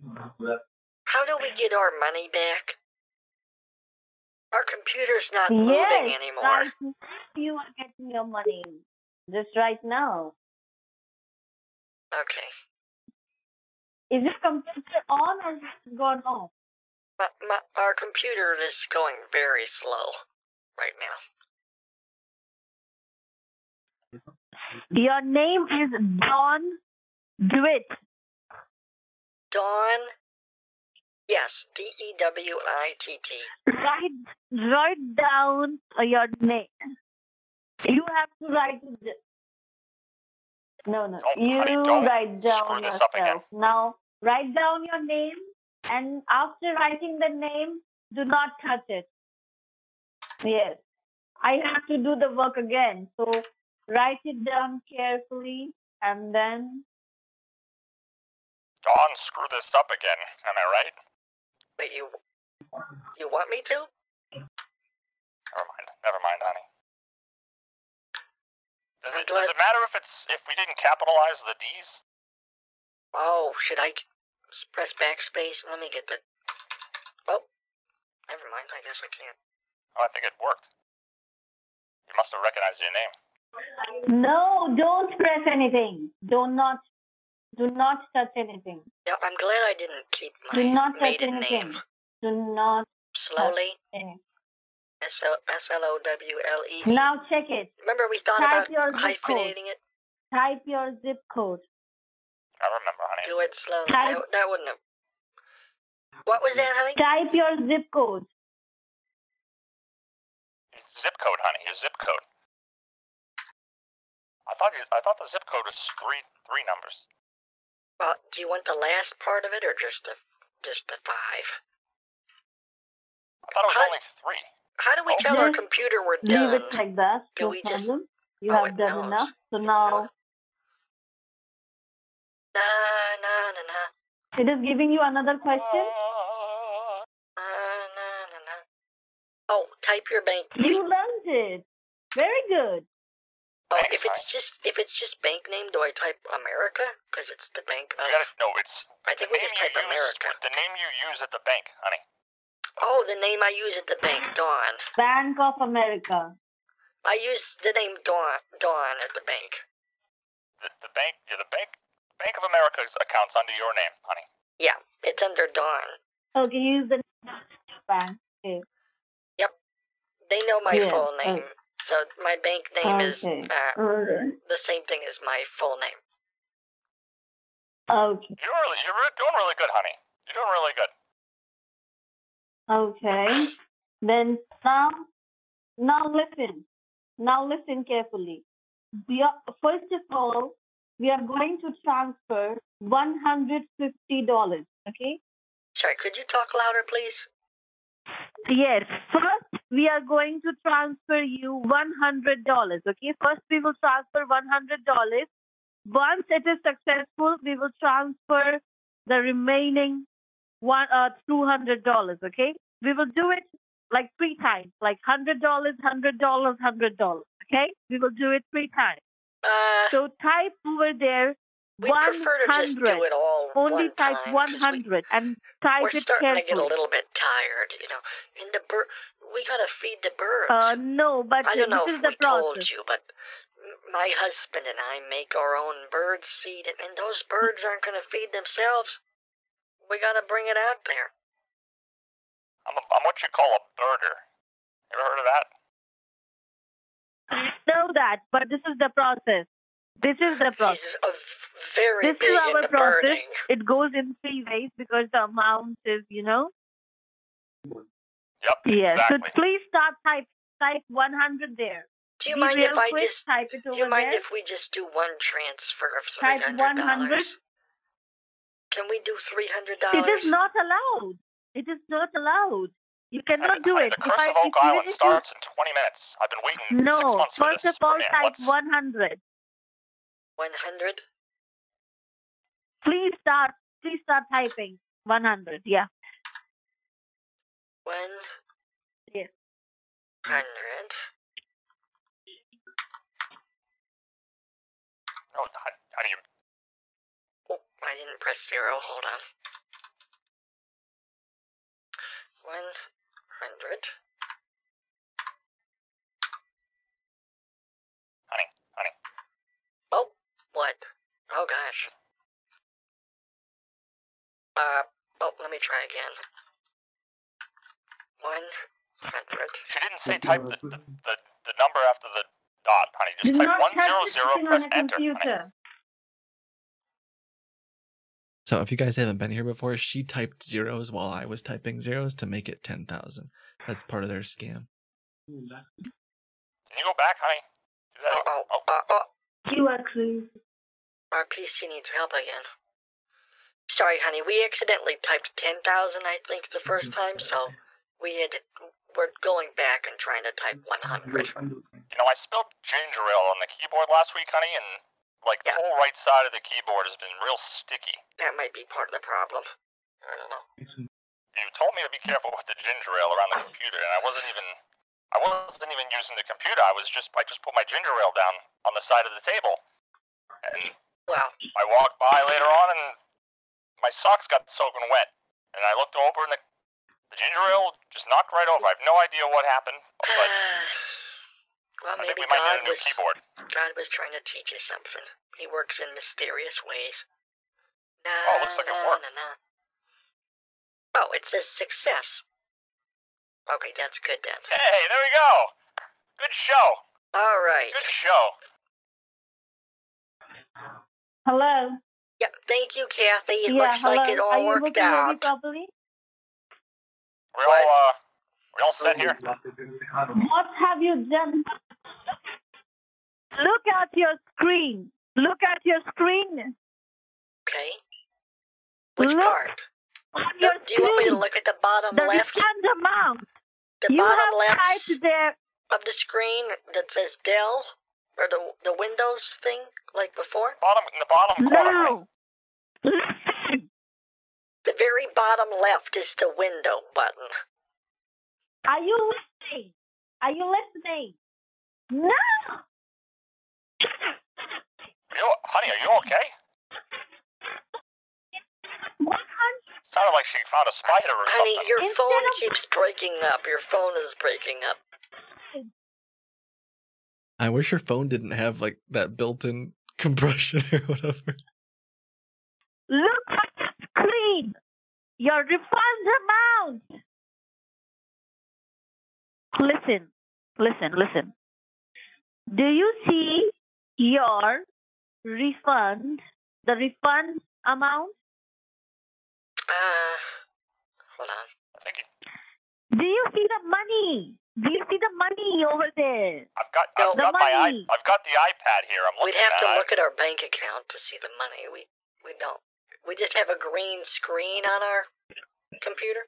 how do we get our money back? Our computer's not moving Yes, anymore. right. now You are getting your money just right now. Okay. Is your computer on or has it gone off? My, my, our computer is going very slow right now. Your name is Don Dewitt. Dawn. Yes, D E W I T T. Write write down your name. You have to write. it d- No, no. Don't, you honey, don't write down screw this yourself. up again. Now write down your name, and after writing the name, do not touch it. Yes, I have to do the work again. So write it down carefully, and then Dawn screwed this up again. Am I right? Wait, you you want me to? Never mind. Never mind, honey. Does I'm it, does glad- it matter if it's if we didn't capitalize the D's? Oh, should I s- press backspace? Let me get the. Oh, never mind. I guess I can't. Oh, I think it worked. You must have recognized your name. no, don't press anything. Do not, do not touch anything. Yeah, I'm glad I didn't keep my Do not touch maiden anything. name. Do not. Slowly. eh. S L S L O W L E. D. Now check it. Remember we thought type about your zip code. hyphenating it. Type your zip code. I remember, honey. Do it slowly. Type- That, that wouldn't have. What was that, honey? Type your zip code. Your zip code, honey. Your zip code. I thought you, I thought the zip code was three three numbers. Well, do you want the last part of it or just the just the five? I thought it was Hi. only three. How do we Oh. tell our Yes. computer we're Leave done? it like that. Can No we just- problem. You Oh, have it done knows. enough. So It now knows. Na na na na it is giving you another question. Ah, na na na Oh, type your bank. You learned it. Very good. Oh, Thanks, if it's just if it's just bank name, do I type America? Because it's the bank of. You gotta no, it's I the think we name just you type use. America. The name you use at the bank, honey. Oh, the name I use at the bank, Dawn. Bank of America. I use the name Dawn Dawn at the bank. The, the bank, yeah, the bank, Bank of America's accounts under your name, honey. Yeah, it's under Dawn. Okay, use the bank. Okay. They know my Yeah, oh. full name, so my bank name is Okay. Mm. uh, Alright. the same thing as my full name. Okay. You're really, you're re- doing really good, honey. You're doing really good. Okay. Then now, now listen. Now listen carefully. We are, first of all, we are going to transfer one hundred fifty dollars. Okay. Sorry, could you talk louder, please? Yes. First, we are going to transfer you one hundred dollars. Okay. First, we will transfer one hundred dollars. Once it is successful, we will transfer the remaining one uh two hundred dollars. Okay. We will do it like three times, like hundred dollars, hundred dollars, hundred dollars. Okay. We will do it three times. Uh, So type over there we one prefer to just do hundred. it all Only one type time, 'cause one we- hundred and type We're it starting to get a carefully. little bit tired, you know. And the bir- we gotta feed the birds. Uh, no, but I don't know this if is the we process. told you, but m- my husband and I make our own bird seed, and, and those birds aren't gonna feed themselves. We gotta bring it out there. I'm, a, I'm what you call a birder. Ever heard of that? I know that, but this is the process. This is the process. He's a very This big is our into process. birding. It goes in three ways because the amount is, you know. Yep. Yeah. Exactly. So please start type type 100 there. Do you Be mind real if I quick, just? type it Do over you mind there? if we just do one transfer of three Type hundred 100? dollars? Can we do three hundred It dollars? is not allowed. It is not allowed. You Honey, cannot do honey, it. The Curse if I, of Oak if- even Island if you- starts in 20 minutes. I've been waiting No. six months for First this. of all, Man, type let's- 100. One hundred. Please start. Please start typing 100. Yeah. One Yes. hundred. No, hon- honey, you- Oh, I didn't press zero. Hold on. One hundred. honey, honey. Oh, what? Oh gosh. Uh, oh, let me try again. One hundred. She didn't say type the, the, the, the number after the dot, honey. Do Just type not touch 100, anything press on a enter. honey. computer. So if you guys haven't been here before, she typed zeros while I was typing zeros to make it 10,000. That's part of their scam. Can you go back, honey? Do that. Oh, oh, oh, oh. You are crazy. Our PC needs help again. Sorry, honey. We accidentally typed ten thousand, I think, the first time, Mm-hmm. so we had we're going back and trying to type one hundred. You know, I spilled ginger ale on the keyboard last week, honey, and like the Yeah. whole right side of the keyboard has been real sticky. That might be part of the problem. I don't know. You told me to be careful with the ginger ale around the computer, and I wasn't even I wasn't even using the computer. I was just I just put my ginger ale down on the side of the table. And Well, I walked by later on and my socks got soaking wet. And I looked over and the, the ginger ale just knocked right over. I have no idea what happened, but well, I think maybe we might God need a new was keyboard. God was trying to teach us something. He works in mysterious ways. Na, Oh, it looks like it na, worked. na, na. Oh, it says success. Okay, that's good then. Hey, there we go. Good show. All right. Good show. Hello. Yeah, thank you, Kathy. It yeah, looks hello. like it Are all you able worked to hear me out. properly? We're all uh, we all set here. What have you done? Look at your screen. Look at your screen. Okay. Which Look part? On Do, your do you want me to screen. look at the bottom the left? refund amount. The you bottom have left s- typed there. of the screen that says Dell? Or the, the Windows thing, like before? Bottom in the bottom corner. No. Listen. The very bottom left is the window button. Are you listening? Are you listening? No! You, honey, are you okay? 100 Sounded like she found a spider or Honey, something. your Instead phone of- keeps breaking up. Your phone is breaking up. I wish her phone didn't have like that built-in compression or whatever. Look at the screen. Your refund amount. Listen, listen, listen. Do you see your refund, the refund amount? Uh, hold on. I think he- Do you see the money? Do you see the money over there? I've got, No. I've got my i The money. I've got the iPad here. I'm We'd looking have at to it. look at our bank account to see the money. We we don't. We just have a green screen on our computer.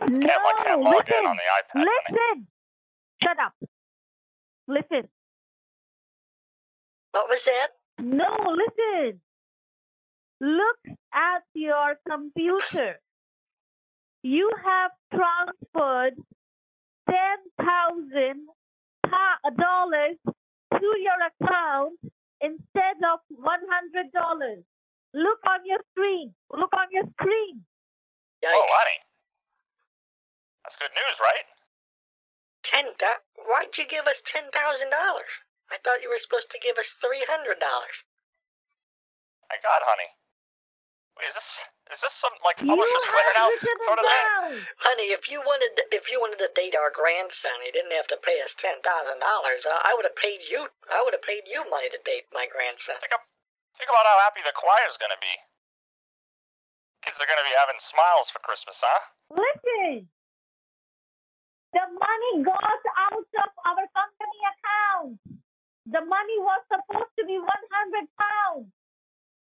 No, Cam, I can't log in listen. on the iPad. honey. Listen. Shut up. Listen. What was that? No, listen. Look at your computer. You have transferred ten thousand dollars to your account instead of one hundred dollars. Look on your screen. Look on your screen. Yikes. Oh, honey. That's good news, right? Ten. thou- Why'd you give us ten thousand dollars? I thought you were supposed to give us three hundred dollars. My God, honey. Wait, is this is this some like You publishers have clearinghouse written sort of thing? down. Honey, if you wanted to, if you wanted to date our grandson, he didn't have to pay us ten thousand dollars. I would have paid you. I would have paid you money to date my grandson. Think ab- think about how happy the choir's gonna be. Kids are gonna be having smiles for Christmas, huh? Listen. The money goes out of our company account. The money was supposed to be 100 pounds.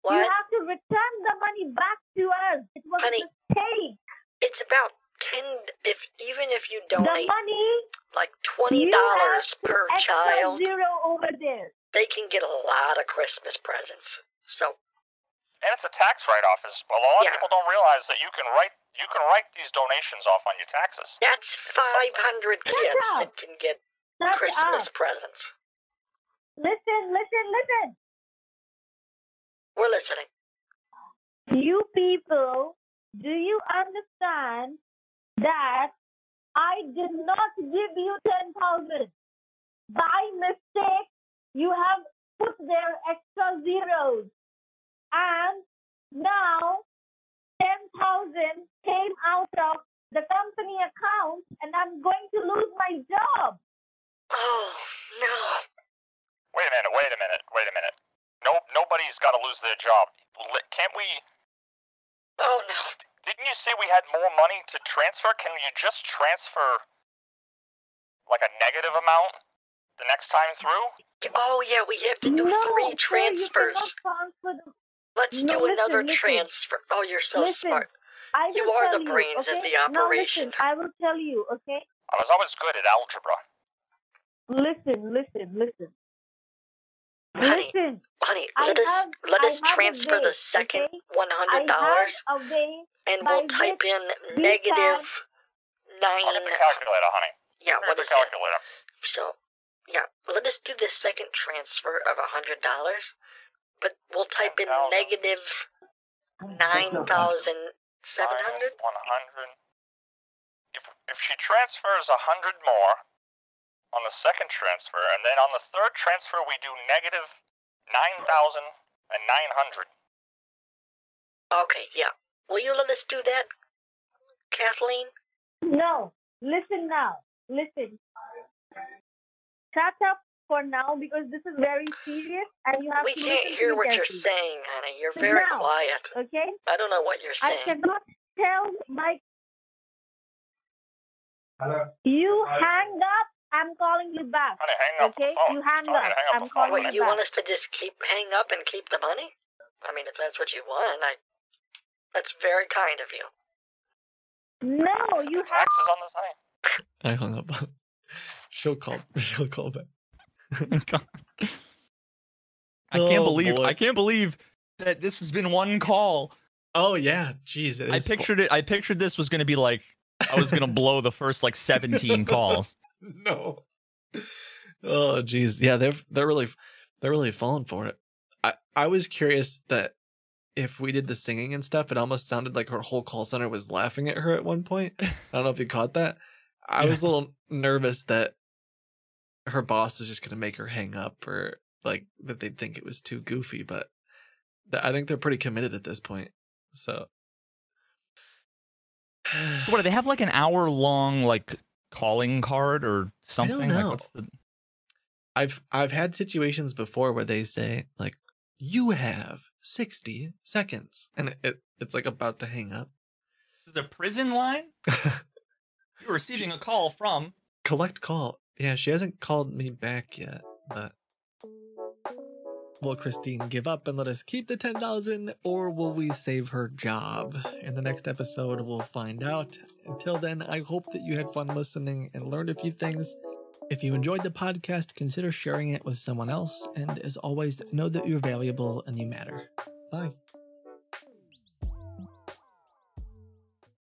You What? have to return the money back to us. It was Honey, a mistake. It's about ten. If even if you The donate money, like twenty you have dollars per extra child, zero over there. they can get a lot of Christmas presents. So And it's a tax write-off. Is a lot Yeah. of people don't realize that you can write you can write these donations off on your taxes. that's something. five hundred kids that can get Shut Christmas up. presents. Listen, listen, listen. We're listening. You people, do you understand that I did not give you 10,000? By mistake, you have put there extra zeros. And now 10,000 came out of the company account and I'm going to lose my job. Oh no. Wait a minute. Wait a minute. Wait a minute. No, nobody's got to lose their job. Li- Can't we? Oh no. Didn't you say we had more money to transfer? Can you just transfer like a negative amount the next time through? Oh yeah, we have to do no, three sir, you transfers. cannot transfer the- Let's No, do another listen, listen. transfer. Oh, you're so Listen, smart. I You will are tell the you, brains of okay? the Now operation. listen, I will tell you, okay? I was always good at algebra. Listen, listen, listen. Honey, Listen, honey, I let us have- let I us have a transfer the way, second okay? one I hundred dollars, have a way. and by we'll type which in we negative nine. I'll get the calculator, honey. Yeah, I'll get what the is that? calculator. So, yeah, let us do the second transfer of a hundred dollars, but we'll type in 10,000. negative nine thousand seven hundred. Minus 100. If, if she transfers 100 more on the second transfer, and then on the third transfer, we do negative 9,900. Okay, yeah. Will you let us do that, Kathleen? No, listen now. Listen. Shut up for now because this is very serious and you have We to can't listen to hear me what you're carefully, saying, honey. You're So very now- quiet. Okay? I don't know what you're I saying. cannot tell my. You hang up. I'm calling you back. Honey, hang up Okay, the phone. you hang Tell me to up. hang up I'm the phone. calling honey. Wait, you back. want us to just keep hang up and keep the money? I mean, if that's what you want, I. That's very kind of you. No, you have. Taxes on this, honey. I hung up. she'll call. She'll call back. I can't Oh, believe boy. I can't believe that this has been one call. Oh yeah, jeez. it I is fu- pictured it. I pictured this was going to be like I was gonna blow the first like 17 calls. no. Oh geez, yeah, they're they're really they're really falling for it. I I was curious that if we did the singing and stuff, it almost sounded like her whole call center was laughing at her at one point. I don't know if you caught that. I was a little nervous that her boss was just gonna make her hang up or like that they'd think it was too goofy, but th- I think they're pretty committed at this point. So. So what do they have like an hour long like calling card or something? Like know. what's the I've I've had situations before where they say like you have 60 seconds and it, it it's like about to hang up. This is a prison line? You're receiving a call from Collect call. Yeah, she hasn't called me back yet, but Will Christine give up and let us keep the 10,000 or will we save her job? In the next episode we'll find out. Until then, I hope that you had fun listening and learned a few things. If you enjoyed the podcast, consider sharing it with someone else and as always, know that you're valuable and you matter. Bye.